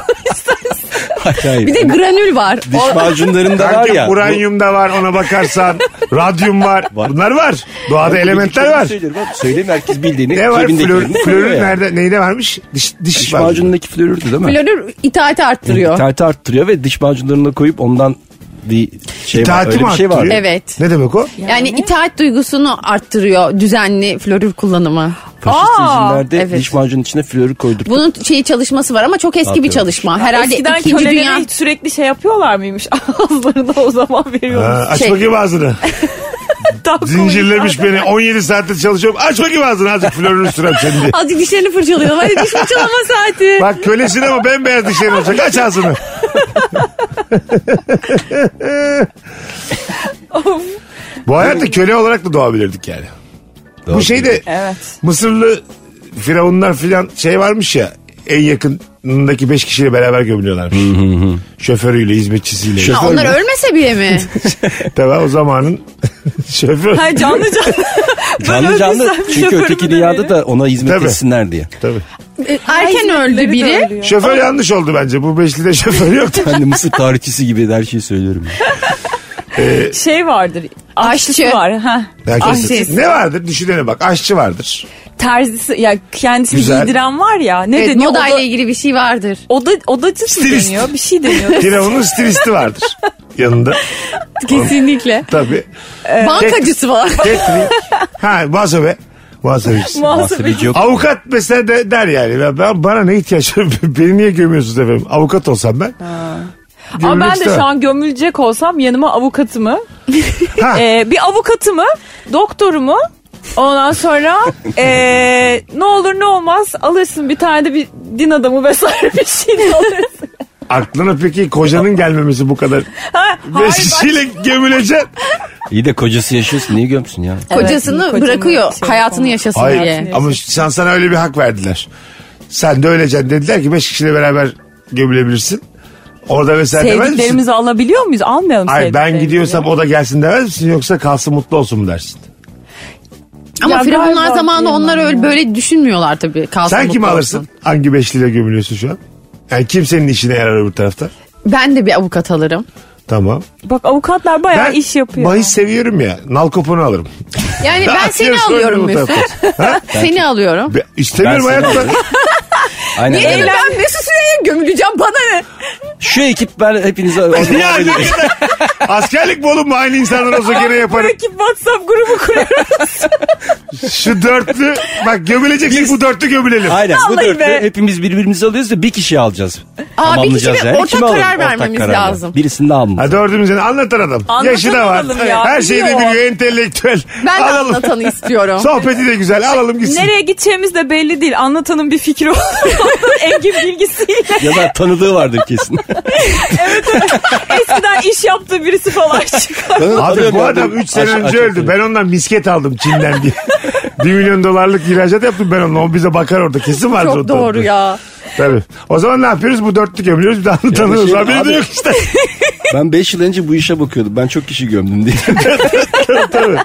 D: Hayır, hayır.
C: Bir de granül var.
D: diş macunlarında var ya.
B: Kanka
D: bu-
B: uranyum da var ona bakarsan. radyum var. Bunlar var. Doğada elementler var.
D: Söyleyeyim, söyleyeyim herkes bildiğini.
B: Ne var?
D: cebindekilerini
B: Flör,
D: koyuyor
B: flörün
D: yani.
B: nerede? Neyde varmış? Diş, diş,
D: Diş
B: var.
D: macunundaki flörürdü değil mi?
C: Florür itaati arttırıyor.
D: İtaati arttırıyor ve diş macunlarına koyup ondan bir şey var.
B: İtaati
D: Öyle
B: E, mi
D: bir şey var.
B: arttırıyor?
C: Evet.
B: Ne demek o?
C: Yani itaat duygusunu arttırıyor düzenli florür kullanımı.
D: Faşist
E: Aa,
D: rejimlerde
C: evet.
D: diş macunun içine flörü koydurttuk.
C: Bunun şeyi çalışması var ama çok eski bir
D: Atıyormuş.
C: çalışma. Herhalde
E: Eskiden
C: ikinci
E: kölelere
C: dünya
E: sürekli şey yapıyorlar mıymış? Ağızlarına o zaman
B: Ha,
E: veriyormuş.
B: aç
C: Şey-
B: bakayım ağzını.
E: Tam komik.
B: Zincirlemiş beni. 17 saatte çalışıyorum. Aç bakayım ağzını azıcık flörünü sürem seni diye.
C: Azıcık dişlerini fırçalıyor. Hadi diş fırçalama saati.
B: Bak kölesin ama bembeyaz dişlerin olacak. Aç ağzını. Bu hayatta köle olarak da doğabilirdik yani. Bu şey şeyde
E: Evet.
B: Mısırlı firavunlar filan şey varmış ya en yakınındaki 5 kişiyle beraber gömülüyorlarmış. Şoförüyle, hizmetçisiyle.
C: Ha, onlar ölmese bile mi?
B: Tabii o zamanın şoför.
E: Ha, canlı canlı.
D: Canlı canlı
E: öldüysem
D: çünkü
E: şoförümü
D: öteki
E: de
D: dünyada
E: verin.
D: da ona hizmet
B: Tabii.
D: etsinler diye.
B: Tabii.
C: E, Erken öldü biri.
B: Şoför yanlış oldu bence. Bu beşlide şoför yoktu.
D: Ben de Mısır tarihçisi gibi her şeyi söylüyorum.
E: Şey vardır. Aşçısı
C: Aşçı.
E: var. Ha.
B: Herkes-
E: Aşçısı.
B: ne vardır? Düşünene bak. Aşçı vardır.
E: Terzisi ya kendisini
B: Güzel.
E: giydiren var ya. Ne
C: Evet,
E: deniyor?
C: moda ile ilgili bir şey vardır.
E: Oda, oda, odacısı
B: Stilist.
E: deniyor. Bir şey deniyor.
B: Firavunun stilisti vardır. Yanında.
C: Kesinlikle.
B: Tabii.
C: Bankacısı var.
B: Catering. ha muhasebe. Muhasebecisi.
E: Muhasebeci.
D: yok.
B: Avukat mesela de- der yani. Ben, ben- bana ne ihtiyaç var? Beni niye gömüyorsunuz efendim? Avukat olsam ben.
E: Ama
B: Gömülmek
E: ben de
B: istemem.
E: şu an gömülecek olsam yanıma avukatımı,
B: Ha.
E: e, bir avukatımı, doktorumu ondan sonra e, ne olur ne olmaz alırsın bir tane de bir din adamı vesaire bir şey de alırsın.
B: Aklına peki kocanın gelmemesi bu kadar.
E: Ha,
B: Beş
E: hayır, bak-
B: kişiyle gömüleceksin.
D: İyi de kocası yaşıyorsun niye gömsün ya?
C: Kocasını
E: kocamı
C: bırakıyor
E: şey
C: hayatını
E: yapamam.
C: yaşasın
B: Hayır
C: diye.
B: ama sen sana öyle bir hak verdiler. Sen de öleceksin dediler ki beş kişiyle beraber gömülebilirsin. Orada mesela demez misin?
E: Sevdiklerimizi alabiliyor muyuz? Almayalım
B: Ay ben
E: sevdiklerimizi.
B: gidiyorsam o da gelsin demez misin yoksa kalsın mutlu olsun mu dersin?
C: Ama
E: Ya
C: firavunlar
E: galiba
C: zamanında
E: diyemem
C: onlar öyle
E: ya.
C: böyle düşünmüyorlar tabii. Kalsın
B: Sen
C: mutlu
B: kimi
C: olsun.
B: alırsın? Hangi beşliyle gömülüyorsun şu an? Yani kim senin işine yarar öbür tarafta?
C: Ben de bir avukat alırım.
B: Tamam.
E: Bak avukatlar bayağı
B: Ben
E: iş yapıyor.
B: bahis seviyorum ya. Nalkopon'u alırım.
C: Yani ben seni
B: Atıyorum
C: alıyorum
B: öbür
C: Mesut.
B: tarafta.
C: Seni alıyorum.
B: Be- İstemiyorum
D: Ben seni
B: hayatta.
D: alırım. Aynen öyle.
C: Ben Mesut Süre'ye gömüleceğim bana ne?
D: Şu ekip ben hepinize...
B: Ya hakikaten. Askerlik mi oğlum mu? Aynı insanlar olsa gene yaparım.
E: Belki WhatsApp grubu kuruyoruz.
B: Şu dörtlü. Bak gömüleceksek bu dörtlü gömülelim.
D: Aynen bu
E: Vallahi
D: dörtlü
E: be.
D: hepimiz birbirimizi alıyoruz da bir kişi alacağız.
C: Aa, bir
D: Tamamlayacağız
C: kişi ve ortak
D: Kimi alırım?
C: karar vermemiz
D: karar ver.
C: lazım.
D: Birisini de almam.
B: Ha dördümüzün anlatan adam.
E: Anlatan
B: Yaşı da var.
E: adam ya,
B: Her şeyi de
E: biliyor.
B: biliyor. Entelektüel.
C: Ben de Şey,
B: alalım.
C: anlatanı istiyorum.
B: Sohbeti de güzel. Alalım gitsin.
E: Nereye gideceğimiz de belli değil. Anlatanın bir fikri olur. Engin bilgisiyle.
D: Ya da tanıdığı vardır kesin.
E: Eskiden iş yaptığı birisi falan çıkar.
B: Abi
D: Tanıyorum
B: bu
D: ya.
B: adam 3 sene
D: Aç-
B: önce
D: aç-
B: öldü. Ben ondan misket aldım Çin'den diye. 1 milyon dolarlık ihracat yaptım ben onunla. O bize bakar orada. Kesin vardır o
C: Çok doğru
B: dörtlü.
C: ya.
B: Tabii. O zaman ne yapıyoruz? Bu dörtlü gömüyoruz. Bir daha tanıyoruz.
D: şey-
B: Haberi de
D: abi-
B: yok işte.
D: Ben 5 yıl önce bu işe bakıyordum. Ben çok kişi gömdüm diye.
B: Tabii.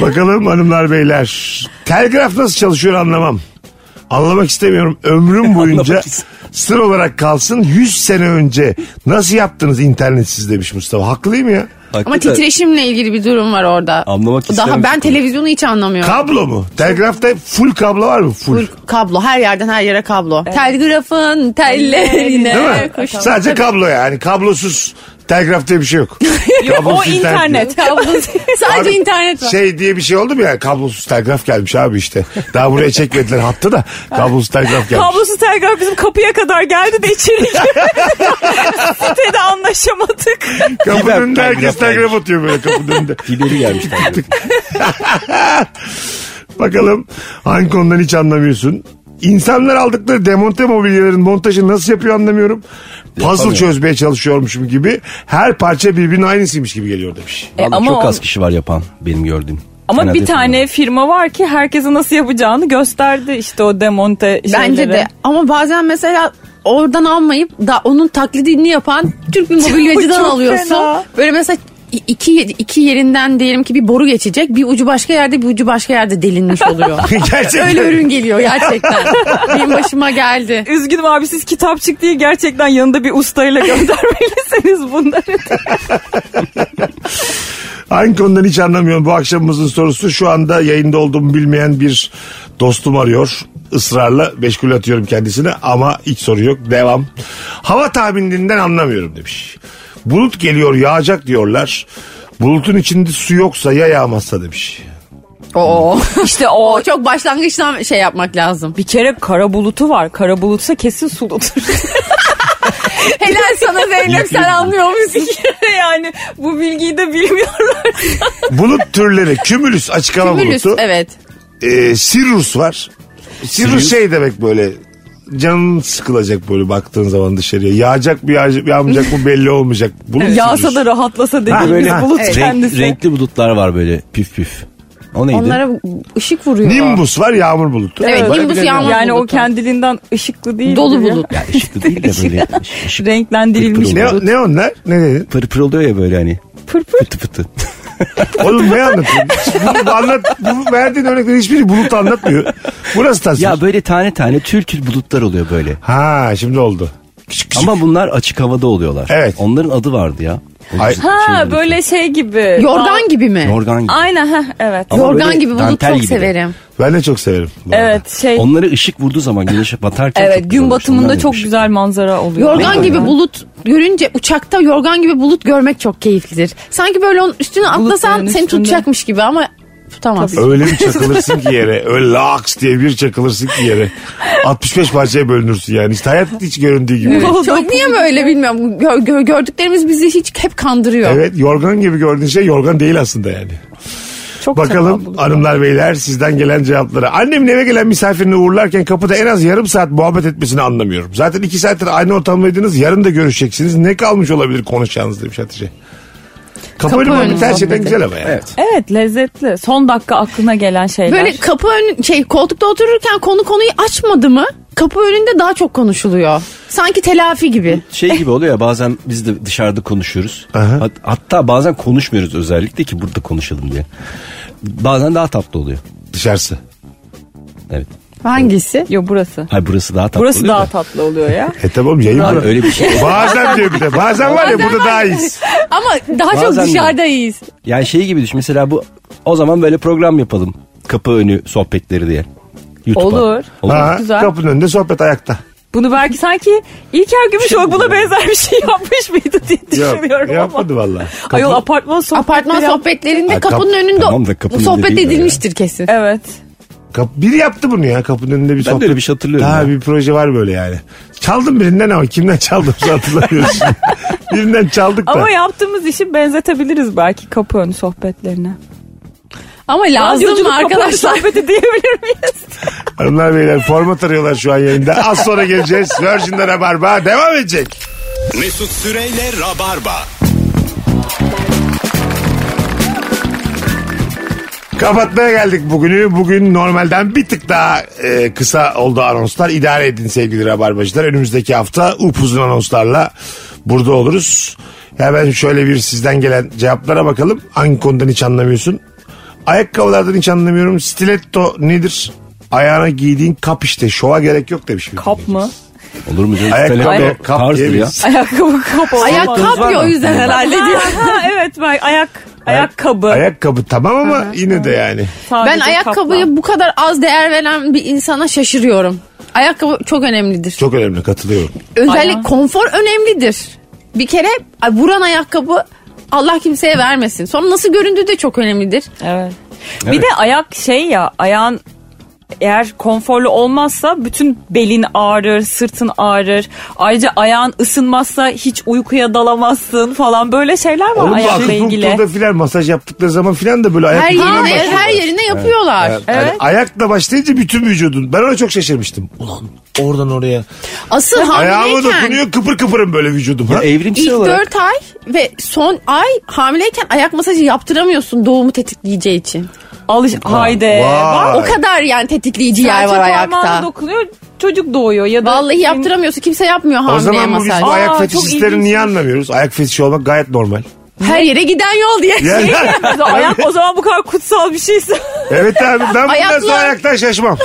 B: Bakalım hanımlar beyler. Telgraf nasıl çalışıyor anlamam. Anlamak istemiyorum. Ömrüm boyunca
D: Anlamak ist-
B: sır olarak kalsın. 100 sene önce nasıl yaptınız internetsiz demiş Mustafa. Haklıyım ya.
C: Ama titreşimle ilgili bir durum var orada.
D: Anlamak
C: Daha ben
D: istememiştim.
C: televizyonu hiç anlamıyorum.
B: Kablo mu? Telgrafta full kablo var mı? Full.
C: Full kablo her yerden her yere kablo. Telgrafın tellerine.
B: Değil mi? Sadece kablo yani. Kablosuz telgraf diye bir şey yok.
E: o
B: Kablosuz telgraf.
E: internet.
C: Kablo- Sadece
B: Abi,
C: internet var.
B: Şey diye bir şey oldu mu ya? Kablosuz telgraf gelmiş abi işte. Daha buraya çekmediler hattı da. Kablosuz telgraf gelmiş.
E: Kablosuz telgraf bizim kapıya kadar geldi de içeri girdi. Sitede anlaşamadık.
B: Kapının
D: Fiber
B: önünde herkes
D: telgraf
B: telgraf atıyor böyle kapının önünde.
D: Fiberi gelmiş. tabii.
B: Bakalım hangi konudan hiç anlamıyorsun. İnsanlar aldıkları demonte mobilyaların montajını nasıl yapıyor anlamıyorum. Puzzle
D: Yapamıyor.
B: çözmeye çalışıyormuşum gibi. Her parça birbirinin aynısıymış gibi geliyor demiş.
E: E,
D: Vallahi
E: ama
D: çok
E: o-
D: az kişi var yapan benim gördüğüm.
E: Ama
D: Fena
E: bir
D: değil
E: tane firma var ki herkese nasıl yapacağını gösterdi işte o demonte şeyleri.
C: Bence de. Ama bazen mesela oradan almayıp da onun taklidini yapan Türk bir mobilyacıdan
E: Çok
C: alıyorsun.
E: fena.
C: Böyle mesela i- iki, iki yerinden diyelim ki bir boru geçecek. Bir ucu başka yerde bir ucu başka yerde delinmiş oluyor.
B: Gerçekten.
C: Öyle ürün geliyor gerçekten. Benim başıma geldi.
E: Üzgünüm abi siz kitapçık diye gerçekten yanında bir ustayla göndermelisiniz bunları.
B: Hangi konudan hiç anlamıyorum. Bu akşamımızın sorusu şu anda yayında olduğumu bilmeyen bir dostum arıyor. Israrla meşgul atıyorum kendisine ama hiç soru yok. Devam. Hava tahmininden anlamıyorum demiş. Bulut geliyor yağacak diyorlar. Bulutun içinde su yoksa ya yağmazsa demiş.
C: Oo.
E: işte o
C: O çok başlangıçtan şey yapmak lazım.
E: bir kere kara bulutu var. Kara bulutsa kesin suludur.
C: Helal sana Zeynep sen anlıyor musun?
E: yani bu bilgiyi de bilmiyorlar.
B: Bulut türleri kümülüs açık hava
C: Kümülüs
B: bulutu.
C: evet.
B: Ee, sirrus var. Sirrus
D: Sirrus?
B: şey demek böyle canın sıkılacak böyle baktığın zaman dışarıya. Yağacak mı yağacak mı, yağmayacak mı belli olmayacak. Bulut sirrus.
E: Yağsa da rahatlasa dediğimiz
D: böyle
E: bulut
D: renk-
E: kendisi.
D: renkli bulutlar var böyle püf püf. O neydi?
C: Onlara ışık vuruyor.
B: Nimbus var yağmur bulutu.
C: Evet,
B: Var.
C: nimbus yağmur
E: yani
C: bulutu.
E: o kendiliğinden ışıklı değil.
C: Dolu bulut.
D: Ya ışıklı değil de böyle ışık
E: Renklendirilmiş
D: Pırpır
B: Ne,
E: bulut.
B: ne onlar? Ne dedin?
D: pır pır oluyor ya böyle hani.
E: Pırpır.
D: Fıtı fıtı.
B: Oğlum ne anlatıyorsun? Bunu da anlat, bu verdiğin örneklerin hiçbiri bulut anlatmıyor. Bu nasıl tasvir?
D: ya böyle tane tane tül tül bulutlar oluyor böyle.
B: Ha şimdi oldu. Küçük küçük.
D: Ama bunlar açık havada oluyorlar.
B: Evet.
D: Onların adı vardı ya. O
B: Ay-
D: şey-
E: Ha
D: şeyleri-
E: böyle şey gibi. Aa,
C: Yorgan gibi mi?
D: Yorgan gibi.
E: Aynen ha evet.
D: Ama böyle
C: Yorgan gibi bulut
D: dantel
C: çok
D: gibi de.
C: severim.
B: Ben de çok severim. bu arada.
E: Evet şey.
D: Onlara ışık vurduğu zaman güneş batarken çok
E: evet
D: güzel
E: gün
D: olmuş.
E: batımında
D: Onlar
E: çok
D: yapmış.
E: güzel manzara oluyor.
C: Yorgan gibi bulut görünce uçakta yorgan gibi bulut görmek çok keyiflidir. Sanki böyle onun üstüne atlasan
E: Bulutların
C: seni
E: üstünde.
C: tutacakmış gibi ama tutamazsın.
B: Öyle bir çakılırsın ki yere. Öyle laks diye bir çakılırsın ki yere. 65 parçaya bölünürsün yani. İşte hayat hiç göründüğü gibi. değil.
E: Bulut-
C: Çok niye böyle bilmiyorum. Gör- gör- gördüklerimiz bizi hiç hep kandırıyor.
B: Evet yorgan gibi gördüğün şey yorgan değil aslında yani.
E: Çok
B: Bakalım
E: çakal bulut.
B: hanımlar beyler sizden gelen cevaplara. Annemin eve gelen misafirini uğurlarken kapıda en az yarım saat muhabbet etmesini anlamıyorum. Zaten iki saattir aynı ortamdaydınız yarın da görüşeceksiniz. Ne kalmış olabilir konuşacağınız demiş Hatice. Kapı,
C: Kapı
B: önü
C: önü
B: muhabbet her şeyden
C: muhabbeti.
B: güzel ama yani. Evet.
E: Evet lezzetli. Son dakika aklına gelen şeyler.
C: Böyle kapı önü şey koltukta otururken konu konuyu açmadı mı? Kapı önünde daha çok konuşuluyor. Sanki telafi gibi.
D: şey gibi oluyor ya bazen biz de dışarıda konuşuyoruz.
B: Aha.
D: Hat- hatta bazen konuşmuyoruz özellikle ki burada konuşalım diye. Bazen daha tatlı oluyor.
B: Dışarısı.
D: Evet.
C: Hangisi?
E: Yo burası.
D: Hayır burası daha tatlı
E: Burası
D: oluyor
E: daha
D: da.
E: tatlı oluyor ya.
B: E tamam oğlum, yayın
D: Hayır,
B: var.
D: öyle bir şey.
B: Bazen diyor bir de. Bazen var ya burada daha iyiyiz.
C: Ama daha
D: Bazen
C: çok
D: de.
C: dışarıdayız.
D: Yani şey gibi düşün mesela bu o zaman böyle program yapalım. Kapı önü sohbetleri diye. YouTube'a.
E: Olur.
B: Ha,
E: Güzel.
B: Kapının önünde sohbet ayakta.
E: Bunu belki sanki İlker Gümüşoluk buna benzer bir şey yapmış mıydı diye düşünüyorum
B: Yok,
E: ama.
B: yapmadı valla.
E: Ayol apartman sohbetleri.
C: Apartman sohbetlerinde
D: Ha, kap-
C: kapının önünde
D: tamam da kapının önünde
C: sohbet
D: değil de
C: edilmiştir kesin.
E: Evet.
B: Kap- biri yaptı bunu ya kapının önünde bir
D: Ben de
B: sohbet.
D: öyle bir şey hatırlıyorum
B: Ha
D: ya.
B: bir proje var böyle yani. Çaldım birinden ama kimden çaldığımızı hatırlamıyorum şimdi. birinden çaldık da.
E: Ama yaptığımız işi benzetebiliriz belki kapı önü sohbetlerine.
C: Ama lazım
E: Radyoculuk
C: mı
E: kapı önü
C: arkadaşlar?
E: sohbeti diyebilir miyiz?
B: Hanımlar beyler format arıyorlar şu an yayında. Az sonra geleceğiz. Virgin'de Rabarba devam edecek.
F: Mesut Süreyle Rabarba.
B: Kapatmaya geldik bugünü. Bugün normalden bir tık daha e, kısa oldu anonslar. İdare edin sevgili Rabarbacılar. Önümüzdeki hafta upuzun anonslarla burada oluruz. Hemen şöyle bir sizden gelen cevaplara bakalım. Hangi konudan hiç anlamıyorsun? Ayakkabılardan hiç anlamıyorum. Stiletto nedir? Ayağına giydiğin kap işte. Şova gerek yok demiş. bir
E: Kap
B: dinleyicimiz.
E: mı?
D: Olur mu canım?
B: Ayakkabı
D: Stiletto
B: kap
D: tarzdır
B: diyebiliriz.
D: ya.
E: Ayakkabı kap olamaz.
C: Ayak kapıyor o yüzden herhalde
E: Ha,
C: diyor.
E: ha, evet bak ayak ayakkabı.
B: Ayakkabı tamam ama yine de yani.
E: Sadece
C: Ben ayakkabıya
E: kapla.
C: bu kadar az değer veren bir insana şaşırıyorum. Ayakkabı çok önemlidir.
B: Çok önemli katılıyorum.
C: Özellikle
E: Aynen.
C: konfor önemlidir. Bir kere ay, vuran ayakkabı Allah kimseye vermesin. Sonra nasıl göründüğü de çok önemlidir.
E: Evet. Bir
D: Evet.
E: de ayak şey ya ayağın eğer konforlu olmazsa bütün belin ağrır, sırtın ağrır. Ayrıca ayağın ısınmazsa hiç uykuya dalamazsın falan böyle şeyler var
B: Oğlum bu
E: ayakla ilgili.
B: akupunkturda filan masaj yaptıkları zaman filan da böyle ayak
C: Her
B: ucundan
C: yerine,
B: başlıyor.
C: her yerine yapıyorlar.
B: Yani ayakla başlayınca bütün vücudun. Ben ona çok şaşırmıştım. Ulan oradan oraya.
C: Asıl
B: Ayağıma
C: hamileyken
B: dokunuyor kıpır kıpırım böyle vücudum.
D: Ya
B: Ha?
D: evrimsel
C: ilk
D: olarak
C: 4 ay ve son ay hamileyken ayak masajı yaptıramıyorsun doğumu tetikleyeceği için.
E: Alış haydi.
B: Vay.
E: Bak,
C: O kadar yani tetikleyici yer
E: serçe
C: var
E: parmağına
C: ayakta.
E: dokunuyor çocuk doğuyor ya da
C: Vallahi yaptıramıyorsun. Kimse yapmıyor
B: o
C: hamileye
B: zaman bu biz
C: masaj.
B: bu ayak
E: Aa, çok
B: fetişistlerini niye
E: ilginçmiş.
B: anlamıyoruz? Ayak fetişi olmak gayet normal.
C: Her yere giden yol diye.
B: Yani-
E: Ayak o zaman bu kadar kutsal bir şeyse
B: evet abi ben bundan sonra
C: Ayaklar-
B: ayaktan şaşmam.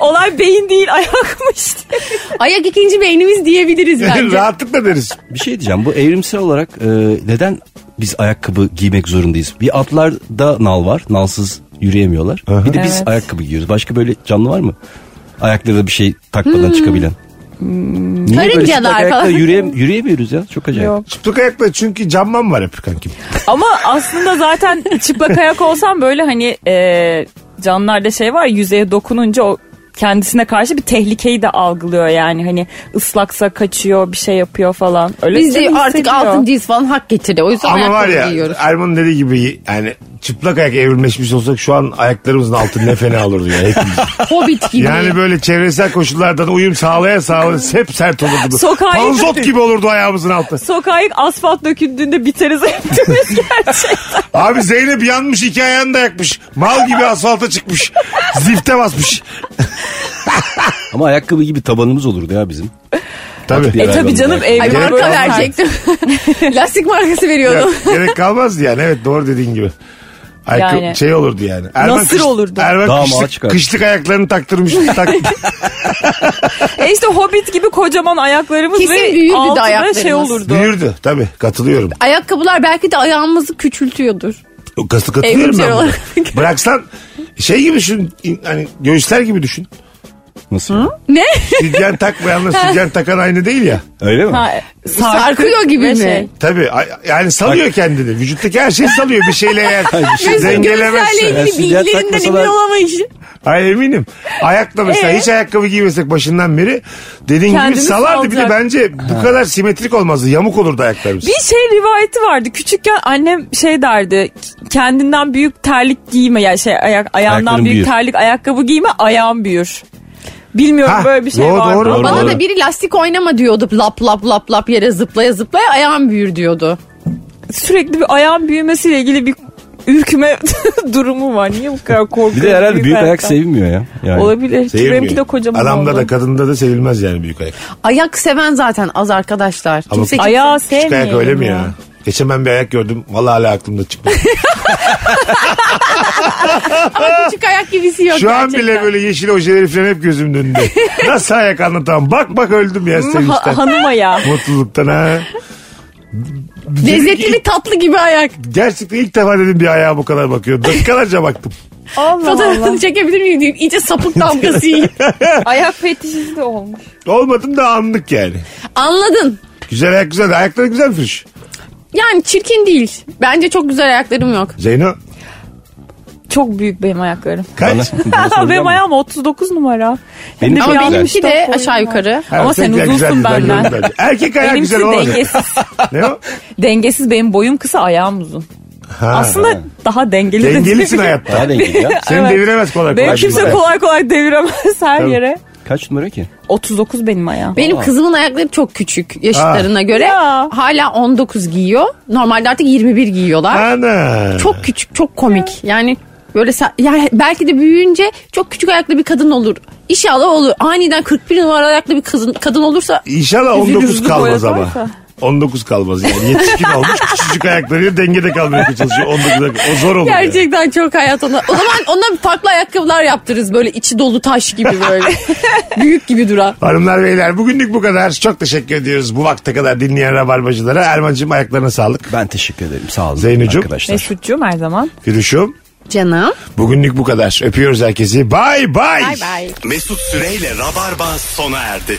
E: olay beyin değil ayakmış diye.
C: Ayak ikinci beynimiz diyebiliriz bence.
B: Rahatlıkla deriz.
D: Bir şey diyeceğim bu evrimsel olarak e, neden biz ayakkabı giymek zorundayız? Bir atlarda nal var nalsız yürüyemiyorlar. Bir de biz
E: Evet.
D: ayakkabı giyiyoruz. Başka böyle canlı var mı? Ayaklarına bir şey
E: Hmm.
D: takmadan çıkabilen. Niye böyle
C: Karıncalar
D: çıplak ayakla
C: falan.
D: yürüyem- yürüyemiyoruz ya? Çok acayip.
E: Yok.
B: Çıplak ayakla çünkü canmam var hep kankim.
E: Ama aslında zaten çıplak ayak olsam böyle hani e, canlılarda şey var ya, yüzeye dokununca o kendisine karşı bir tehlikeyi de algılıyor yani hani ıslaksa kaçıyor bir şey yapıyor falan. Öyle
C: Biz de
E: canı
C: artık
E: hissediyor.
C: altın cins falan hak getirdi. O yüzden
B: Ama var
C: ayakkabı
B: ya
C: giyiyoruz.
B: Erman'ın dediği gibi yani çıplak ayak evrimleşmiş olsak şu an ayaklarımızın altı ne fena olurdu ya hepimiz.
C: Hobbit gibi.
B: Yani böyle çevresel koşullardan uyum sağlaya sağlaya hep sert olurdu.
E: Sokağa
B: Panzot
E: indirdik.
B: gibi olurdu ayağımızın altı.
E: Sokağa ilk asfalt döküldüğünde biteriz hepimiz gerçekten.
B: Abi Zeynep yanmış iki ayağını da yakmış. Mal gibi asfalta çıkmış. Zifte basmış.
D: Ama ayakkabı gibi tabanımız olurdu ya bizim.
B: Tabii.
E: e tabi canım
D: Ay,
E: evde
B: marka
E: böyle-
C: Marka verecektim. Lastik markası veriyordum.
B: Ya, gerek kalmazdı yani evet doğru dediğin gibi. Ay,
E: Yani.
B: kı- şey olurdu yani.
E: Nasır olurdu.
B: Erman
D: Damağa
B: kışlık,
D: çıkar.
B: kışlık ayaklarını taktırmış. tak,
E: E işte Hobbit gibi kocaman ayaklarımız
C: Kesin
E: ve
C: büyürdü de
E: altına
C: ayaklarımız.
E: şey olurdu.
B: büyürdü tabii katılıyorum.
C: Ayakkabılar belki de ayağımızı küçültüyordur.
B: O Katı katılıyorum
C: Evrimsel
B: ben. buna.
C: olarak.
B: Bıraksan şey gibi düşün in- hani göğüsler gibi düşün.
D: Nasıl?
C: Ne?
B: Sütyen takmayanla sütyen takan aynı değil ya.
D: Öyle mi?
E: Ha, e, sarkık
C: Sarkıyor gibi
E: ve
C: mi?
E: şey.
B: Tabii ay- yani salıyor kendini. Vücuttaki her şeyi salıyor bir şeyle eğer
C: şey
B: dengelemezse.
C: Gözlerle ilgili
D: Lastik yer
C: bilgilerinden
D: takmasalar-
C: emin olamayış.
B: Ay eminim. Ayakla mesela
E: Ee?
B: hiç ayakkabı giymesek başından beri dediğin gibi
E: Kendini
B: salardı bir de
E: salacak.
B: bence bu kadar simetrik olmazdı. Yamuk olurdu ayaklarımız.
E: Bir şey rivayeti vardı. Küçükken annem şey derdi. Kendinden büyük terlik giyme. Yani şey ayak ayağından
D: Ayakların
E: büyük
D: büyür.
E: terlik ayakkabı giyme ayağın büyür. Bilmiyorum
B: Ha,
E: böyle bir şey
B: doğru,
E: var mı?
B: doğru,
E: Ama
C: Bana
D: Doğru.
C: da biri lastik oynama diyordu. Lap lap lap lap yere zıplaya zıplaya ayağım büyür diyordu.
E: Sürekli bir ayağın büyümesiyle ilgili bir ürküme durumu var. Niye bu kadar korkuyorum?
D: Bir de herhalde büyük ayak
E: ayaktan?
D: sevilmiyor ya. Yani.
E: Olabilir. Çünkü
B: Sevilmiyor.
E: benimki de kocaman
B: Adamda
E: oldu.
B: da kadında da sevilmez yani büyük ayak.
C: Ayak seven zaten az arkadaşlar.
B: Ama
C: Kimse
E: Ayağı
B: Küçük
E: sevmiyorum
B: ayak öyle mi ya? Geçen ben bir ayak gördüm. Vallahi hala aklımda çıktı.
C: küçük ayak gibisi yok
B: Şu an
C: gerçekten.
B: bile böyle yeşil ojeleri falan hep gözümün önünde. Nasıl ayak anlatamam. Bak bak öldüm ya sevinçten.
E: Ha- hanım ayağı.
B: Mutluluktan ha.
C: Lezzetli bir tatlı gibi ayak.
B: Gerçekten ilk defa dedim bir ayağa bu kadar bakıyor. Dakikalarca baktım.
E: Allah Allah.
C: Fotoğrafını çekebilir miyim diyeyim. İyice sapık damgası yiyip.
E: Ayak fetişiz de olmuş.
B: Olmadım da anlık yani.
C: Anladın.
B: Güzel ayak güzel. Ayakları güzel Firuş.
C: Yani çirkin değil. Bence çok güzel ayaklarım yok.
B: Zeyno
E: Çok büyük benim ayaklarım.
D: Bana-
B: kaç?
D: bana sorulan-
E: benim ayağım 39 numara.
D: Benim
E: Hem
D: çok
C: Ama
E: biraz
D: güzel.
C: benimki
E: kitap
C: de
E: boyum
C: aşağı
E: var.
C: yukarı.
E: Ama sen
B: Erkekler güzel
E: uzunsun
B: diyor, ben
E: benden.
B: gördüm ben. Erkek ayak
E: Benimkisi
B: güzel olacak.
E: dengesiz.
B: Ne o?
E: Ee, dengesiz benim boyum kısa ayağım uzun. Aslında daha dengeli. de
B: Dengelisin
E: diyebilirim.
B: hayatta.
D: Daha dengeli ya.
B: Seni
E: Evet.
B: deviremez kolay kolay.
E: Benim kimse
B: Bilmem.
E: kolay kolay deviremez her
B: Tabii.
E: yere.
D: Kaç numara ki?
E: 39 benim ayağım.
C: Benim kızımın ayakları çok küçük yaşıtlarına göre.
E: Ya.
C: Hala 19 giyiyor. Normalde artık 21 giyiyorlar.
B: Ana.
C: Çok küçük, çok komik. Yani böyle sa- yani belki de büyüyünce çok küçük ayaklı bir kadın olur. İnşallah olur. Aniden 41 numara ayaklı bir kızın, kadın olursa
B: İnşallah
E: Üzülür
B: 19
E: üzülür
B: kalmaz
E: boya
B: ama.
E: koysa.
B: 19 kalmaz yani. Yetişkin olmuş küçücük ayaklarıyla dengede kalmaya çalışıyor. 19 O zor olur. yani.
C: gerçekten çok hayat ona. O zaman ona farklı ayakkabılar yaptırırız böyle içi dolu taş gibi böyle. Büyük gibi duran.
B: Hanımlar beyler bugünlük bu kadar. Çok teşekkür ediyoruz bu vakte kadar dinleyen rabarbacılara. Erman'cığım ayaklarına sağlık.
D: Ben teşekkür ederim. Sağ olun
B: Zeynocuğum.
D: arkadaşlar.
E: Mesutcuğum her zaman.
B: Firuş'um
C: Canım.
B: bugünlük bu kadar. Öpüyoruz herkesi. Bay bay.
C: Bay bay.
F: Mesut Süreyle Rabarba sona erdi.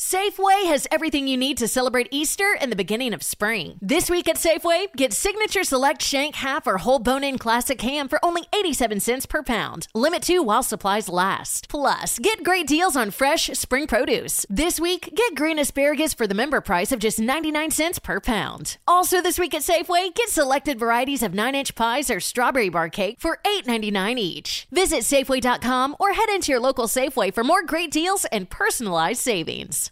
A: Safeway has everything you need to celebrate Easter and the beginning of spring. This week at Safeway, get Signature Select Shank Half or Whole Bone In Classic Ham for only 87 cents per pound. Limit 2 while supplies last. Plus, get great deals on fresh spring produce. This week, get green asparagus for the member price of just 99 cents per pound. Also this week at Safeway, get selected varieties of 9-inch pies or strawberry bar cake for $8.99 each. Visit safeway.com or head into your local Safeway for more great deals and personalized savings.